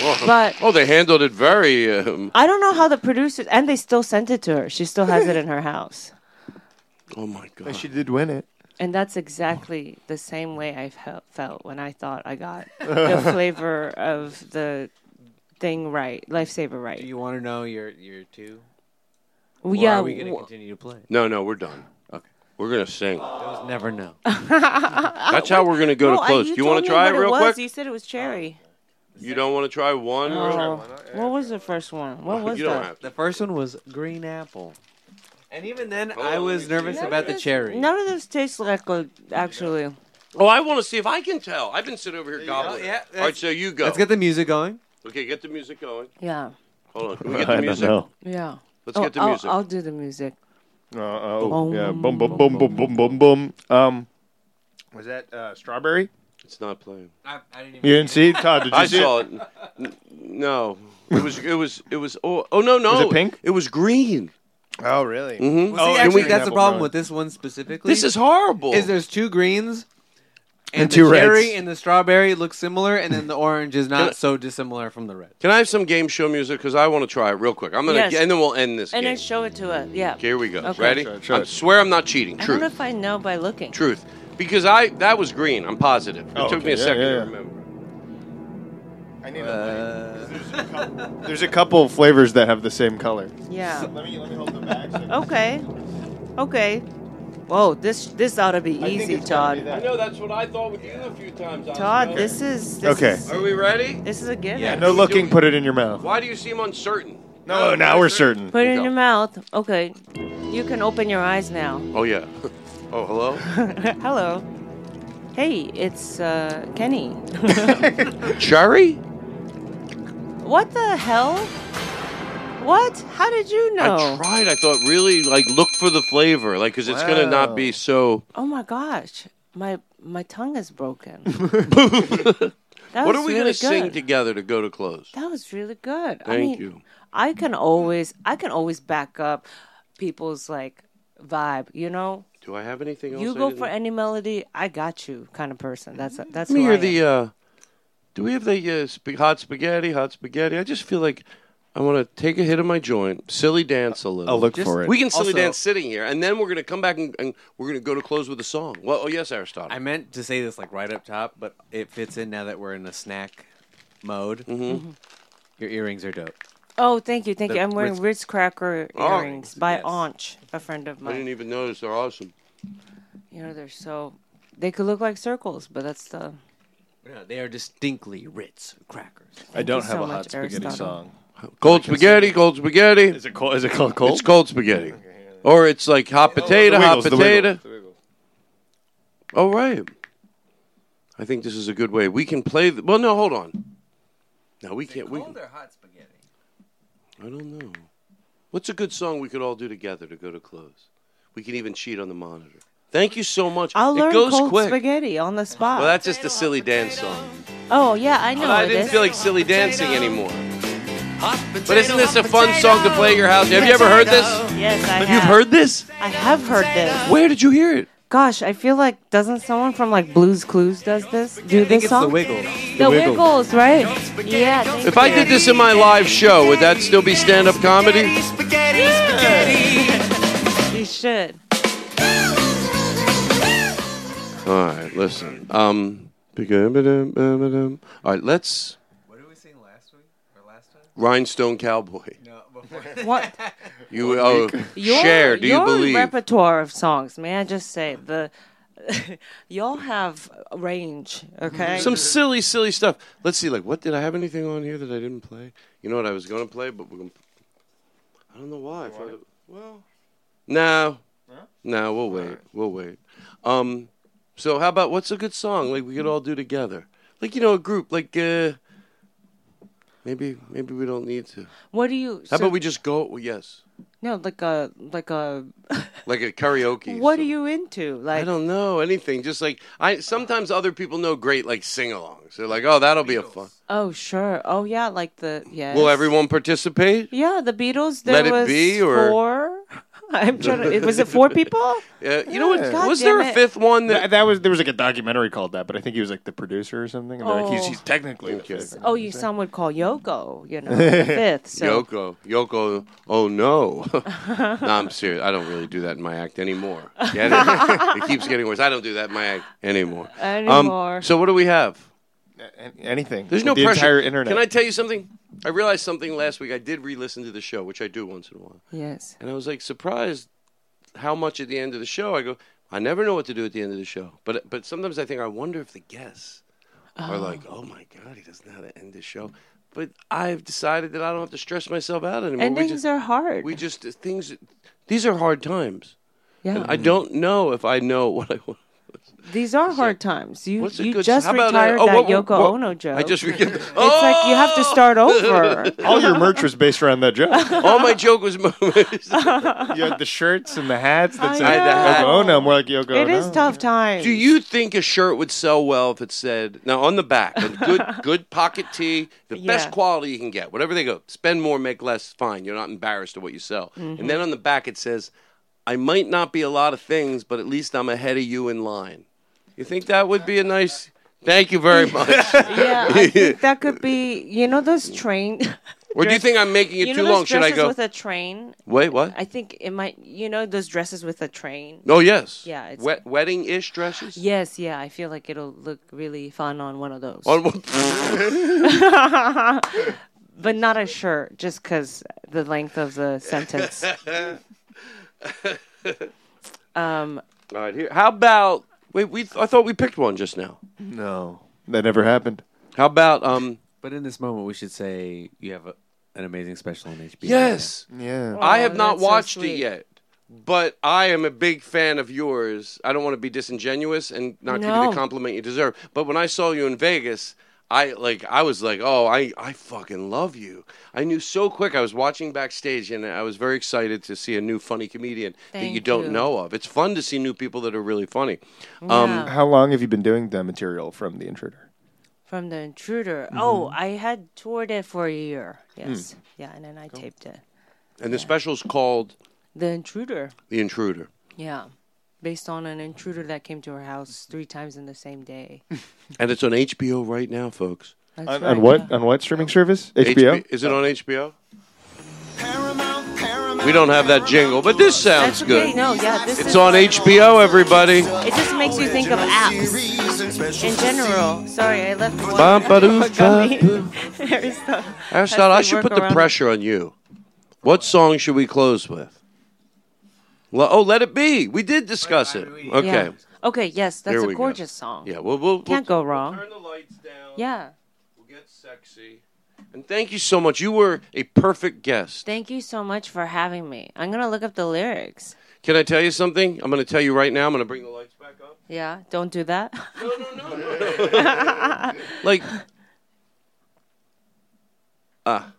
S2: Whoa.
S3: But-
S2: oh, they handled it very. Um,
S3: I don't know how the producers, and they still sent it to her. She still has it in her house.
S2: oh my god!
S6: She did win it.
S3: And that's exactly the same way I fe- felt when I thought I got the flavor of the thing right, lifesaver right.
S7: Do you want to know your your two?
S3: Well,
S7: Or
S3: yeah,
S7: Are we going to
S3: wh-
S7: continue to play?
S2: No, no, we're done. Okay, we're gonna sing.
S7: Never know.
S2: That's how we're gonna go
S3: No,
S2: to
S3: I-
S2: close. Do you
S3: told
S2: want to
S3: me
S2: try it
S3: what
S2: real
S3: was.
S2: quick?
S3: You said it
S7: Uh,
S3: was cherry.
S2: You don't want to try one?
S3: Oh, what was the first one? What was
S2: you
S3: that?
S2: don't have
S7: The first one was green apple. And even then, I was nervous
S3: None of
S7: about the
S3: this-
S7: cherry.
S3: None of this tastes like good, actually.
S2: Oh, I want to see if I can tell. I've been sitting over here gobbling.
S3: yeah,
S2: All right, so you go.
S7: Let's get the music going.
S2: Okay, get the music going.
S3: Yeah.
S2: Hold on. Can we get
S6: I
S2: the
S6: don't
S2: music?
S6: know.
S3: Yeah.
S2: Let's
S3: Oh,
S2: get the
S3: I'll-
S2: music.
S3: I'll do the music.
S6: Uh, oh, yeah. Boom, boom, boom, boom, boom, boom, boom. Um, was that uh, strawberry?
S2: It's not playing.
S7: I,
S6: You didn't see it, Todd? Did you
S2: I
S6: see
S2: saw
S6: it?
S2: it. N- No, it was it was it was. Oh, oh no no.
S6: Was it pink?
S2: It was green.
S6: Oh, really?
S2: Mhm.
S7: Well, see,
S2: Can
S7: actually,
S2: we-
S7: that's the problem with this one specifically.
S2: This is horrible.
S7: Is there's two greens, And,
S6: And
S7: the
S6: two reds.
S7: cherry and the strawberry look similar, and then the orange is
S2: Can I-
S7: not so dissimilar from the red.
S2: Can I have some game show music? Because I want to try it real quick. I'm gonna,
S3: Yes.
S2: and then we'll end this
S3: and
S2: game.
S3: then show it to us. Yeah.
S2: Here we go.
S3: Okay.
S2: Ready?
S3: Try it,
S2: I swear I'm not cheating.
S3: I don't
S2: Truth.
S3: know if I know by looking.
S2: Truth. Because I that was green. I'm positive. It
S6: Oh,
S2: took me a
S6: okay. Yeah,
S2: second
S6: yeah,
S2: to
S6: yeah.
S2: remember.
S6: I need
S7: Uh,
S6: There's a couple flavors that have the same color.
S3: Yeah. let me let me hold the back. okay. Okay. Whoa, this this ought to be easy, Todd.
S2: I know that's what I thought with you a few times.
S3: Todd, this is this
S6: Okay.
S3: Is,
S2: Are we ready?
S3: This is a given.
S6: Yeah, no looking, put it in your mouth.
S2: Why do you seem uncertain?
S6: No, now we're certain.
S3: Put it in your mouth. Okay. You can open your eyes now.
S2: Oh yeah. Oh hello.
S3: Hello. Hey, it's uh, Kenny.
S2: Cherry?
S3: what the hell? What? How did you know?
S2: I tried. I thought really like look for the flavor, like because it's gonna not be so.
S3: Oh my gosh, my my tongue is broken. that
S2: what
S3: was
S2: are
S3: really
S2: we gonna
S3: good.
S2: sing together to go to close?
S3: That was really good. I
S2: Thank
S3: mean,
S2: you.
S3: I can
S2: Mm-hmm.
S3: always I can always back up people's like vibe. You know,
S2: Do I have anything else?
S3: you
S2: I
S3: go
S2: didn't-
S3: for any melody, I got you kind of person. That's that's
S2: Let me
S3: who
S2: hear
S3: I
S2: the. Uh, do we have the uh, sp- hot spaghetti? Hot spaghetti. I just feel like I want to take a hit of my joint, silly dance a little.
S6: I'll look Just- for it.
S2: We can silly
S7: Also-
S2: dance sitting here, and then we're gonna come back and, and we're gonna go to close with a song. Well, oh yes, Aristotle.
S7: I meant to say this like right up top, but it fits in now that we're in a snack mode.
S2: Mm-hmm.
S7: Mm-hmm.
S3: Mhm.
S7: Your earrings are dope.
S3: Oh, thank you, thank
S7: The
S3: you. I'm wearing
S7: Ritz-
S3: Ritz cracker
S7: Oh,
S3: earrings by Aunch, a friend of
S2: I didn't
S3: mine.
S2: even notice they're awesome.
S3: You know, they're so they could look like circles, but that's the
S7: Yeah, they are distinctly Ritz crackers.
S6: I don't have
S3: so
S6: a hot
S3: much,
S6: spaghetti
S3: Aristotle.
S6: song.
S2: Cold spaghetti, cold spaghetti. Is
S6: it cold? Is it called cold?
S2: It's cold spaghetti, or it's like hot potato,
S6: the
S2: hot
S6: Wiggles, the Wiggles,
S2: potato. Oh right. I think this is a good way. We can play. The, well, no, hold on. No, we can't.
S3: Oh,
S2: We,
S7: hot spaghetti.
S2: I don't know. What's a good song we could all do together to go to close? We can even cheat on the monitor. Thank you so much.
S3: I'll
S2: it
S3: learn
S2: goes
S3: cold
S2: quick.
S3: spaghetti on the spot.
S2: Well, that's just a silly dance song.
S3: oh yeah, I know.
S2: But I
S3: it
S2: didn't
S3: is.
S2: feel like silly dancing anymore. But isn't this a fun song to play at your house? Have you ever heard this?
S3: Yes, I have.
S2: Have you heard this?
S3: I have heard this.
S2: Where did you hear it?
S3: Gosh, I feel like doesn't someone from like Blues Clues does this? Do
S7: think
S3: this
S7: it's
S3: song?
S7: The Wiggles.
S3: The,
S2: The Wiggles.
S3: Wiggles, right? Yeah. thank
S2: If I
S3: you.
S2: did this in my live show, would that still be stand up comedy?
S3: spaghetti, spaghetti. you should.
S2: All right, listen. Um, all right, let's. What did we sing last week or last time? Rhinestone Cowboy.
S3: What?
S2: You oh,
S3: Your,
S2: share? Do you
S3: your
S2: believe?
S3: repertoire of songs? May I just say the. Y'all have range, okay?
S2: Some silly, silly stuff. Let's see. Like, what did I have anything on here that I didn't play? You know what I was going to play, but we're going. to... I don't know why. I thought it- Well, No, no, we'll wait. We'll wait. Um, so how about what's a good song like we could all do together? Like you know, a group like. uh Maybe maybe we don't need to.
S3: What do you? so-
S2: How about we just go? Well, yes,
S3: No, like a like a.
S2: like a karaoke.
S3: What are you into? Like
S2: I don't know anything. Just like I sometimes other people know great like sing-alongs. They're like, oh, that'll be a fun.
S3: Oh sure. Oh yeah, like the yeah.
S2: Will everyone participate?
S3: Yeah, the Beatles. There
S2: Let It
S3: was
S2: Be, or-
S3: four. I'm trying to. it- Was it four people?
S2: Uh, you know what?
S3: Yeah.
S2: was
S3: God
S2: there
S3: damn
S2: a
S3: it.
S2: fifth one that?
S6: That, that was there was like a documentary called that, but I think he was like the producer or something. And they're like, he's,
S3: Oh.
S6: he's technically. the fifth.
S3: Oh, you some would call Yoko. You know, the fifth. So
S2: Yoko, Yoko, oh no! no, I'm serious. I don't really do that in my act anymore. Get it? it keeps getting worse. I don't do that in my act anymore. Um,
S6: Anymore.
S2: so what do we have?
S6: An- anything.
S2: There's no
S6: the
S2: pressure.
S6: Entire internet.
S2: Can I tell you something? I realized something last week. I did re-listen to the show, which I do once in a while.
S3: Yes.
S2: And I was like surprised how much at the end of the show. I go, I never know what to do at the end of the show. But but sometimes I think I wonder if the guests are
S9: Oh.
S2: like, oh my god, he doesn't know how to end the show. But I've decided that I don't have to stress myself out anymore. We
S3: endings
S2: just-
S3: are hard.
S2: We just uh, things. These are hard times.
S3: Yeah.
S2: And I don't know if I know what I want.
S3: These are hard times. You
S2: What's a
S3: you
S2: good-
S3: just
S2: how about, uh,
S3: retired
S2: oh,
S3: that
S2: what-
S3: Yoko
S2: what-
S3: Ono joke.
S2: I just Oh! re-
S3: It's like you have to start over.
S6: All your merch was based around that joke.
S2: All my joke was
S6: you had the shirts and the hats that
S3: I
S6: said
S2: know.
S6: Yoko Ono. More like Yoko
S3: It
S6: Ono.
S3: is tough times.
S2: Do you think a shirt would sell well if it said now on the back, a good good pocket tee, the best
S3: Yeah.
S2: quality you can get, whatever they go, spend more, make less, fine. You're not embarrassed of what you sell.
S3: Mhm.
S2: And then on the back it says, I might not be a lot of things, but at least I'm ahead of you in line. You think that would be a nice? Thank you very much.
S3: yeah, I think that could be. You know those train.
S2: Or do you think I'm making it
S3: you
S2: too
S3: know those
S2: long? Should I
S3: dresses
S2: go?
S3: with a train?
S2: Wait, what?
S3: I think it might. You know those dresses with a train.
S2: Oh yes.
S3: Yeah, it's-
S2: Wet, wedding-ish dresses.
S3: Yes, yeah. I feel like it'll look really fun on one of those.
S2: On one-
S3: but not a shirt, just because the length of the sentence.
S2: um. All right. Here. How about? Wait. We. I thought we picked one just now.
S7: No.
S6: That never happened.
S2: How about um?
S7: But in this moment, we should say you have a, an amazing special on HBO.
S2: Yes.
S6: Yeah.
S3: Oh,
S2: I have not
S7: that's so
S2: watched
S7: sweet.
S2: it yet, but I am a big fan of yours. I don't want to be disingenuous and not give you
S7: No.
S2: the compliment you deserve. But when I saw you in Vegas, I like I was like, oh, I I fucking love you. I knew so quick. I was watching backstage, and I was very excited to see a new funny comedian that you
S3: Thank
S2: don't
S3: you.
S2: know of. It's fun to see new people that are really funny. Um,
S6: How long have you been doing the material from The Intruder?
S3: From the intruder.
S2: Mm-hmm.
S3: Oh, I had toured it for a year. Yes.
S2: Hmm.
S3: Yeah, and then I taped it.
S2: and the special's called
S3: The intruder.
S2: The Intruder.
S3: Yeah. Based on an intruder that came to her house three times in the same day.
S2: And it's on HBO right now, folks.
S3: That's
S6: On, on what? On what streaming service? HBO.
S2: Is it on HBO? We don't have that jingle, but this sounds
S3: That's okay.
S2: good.
S3: No, yeah, this
S2: it's
S3: is-
S2: on HBO, everybody.
S3: It just makes you think of apps in general. Sorry, I left one.
S2: Ba-ba-doo,
S3: Gummy. Aristotle.
S2: Aristotle, I
S3: Has to
S2: should
S3: work
S2: put the
S3: around-
S2: pressure on you. What song should we close with? Le- oh, let it be. We did discuss it. Okay.
S3: Yeah. Okay, yes, that's
S2: Here
S3: a
S2: we go.
S3: gorgeous song.
S2: Yeah, we'll, we'll,
S3: Can't
S2: we'll-
S3: go wrong.
S2: turn the lights down.
S3: Yeah.
S2: We'll get sexy. And thank you so much. You were a perfect guest.
S3: Thank you so much for having me. I'm going to look up the lyrics.
S2: Can I tell you something? I'm going to tell you right now. I'm going to bring the lights back up.
S3: Yeah, don't do that.
S2: Like, ah.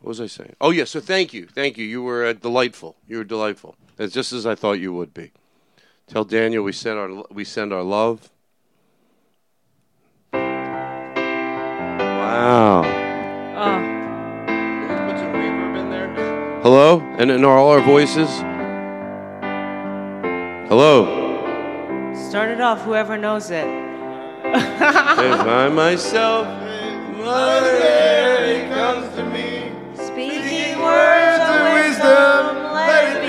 S2: What was I saying? Oh, yeah. So thank you. Thank you. You were uh, delightful. You were delightful. It's just as I thought you would be. Tell Daniel we send our we send our love. Wow. Hello, and in all our voices. Hello.
S3: Start it off, whoever knows it.
S2: if I myself,
S4: Mother comes to me.
S3: Speaking words of wisdom, let it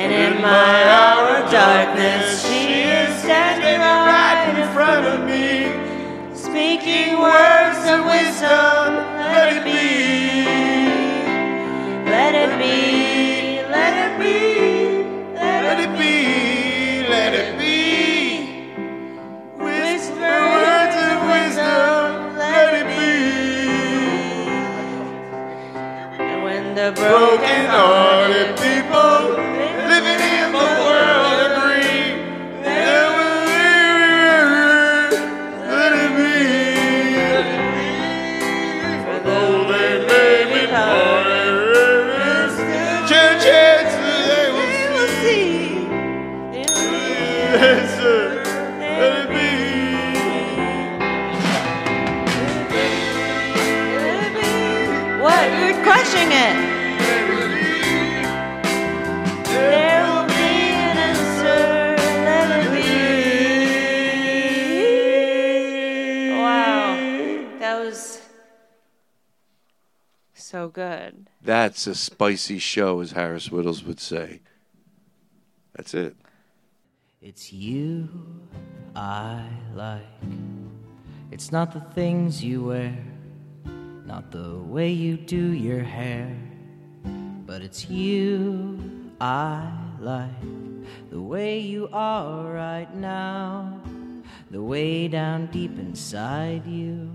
S4: And in my hour of darkness, she is standing right in front of me. Speaking words of wisdom, let it be. Let it be, let it be, let it be, let it be. Whisper words of wisdom, let it be.
S3: And when the
S4: broken hearted people living in the world agree. There will be, let it be. For though they may be parted, churches they will see. Yes, sir. Let it be.
S3: What? You're crushing it.
S4: There will be an answer. Let it be.
S3: Wow. That was so good.
S2: That's a spicy show, as Harris Whittles would say. That's it.
S12: It's you I like. It's not the things you wear, not the way you do your hair, but it's you I like. The way you are right now, the way down deep inside you,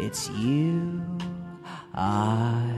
S12: It's you I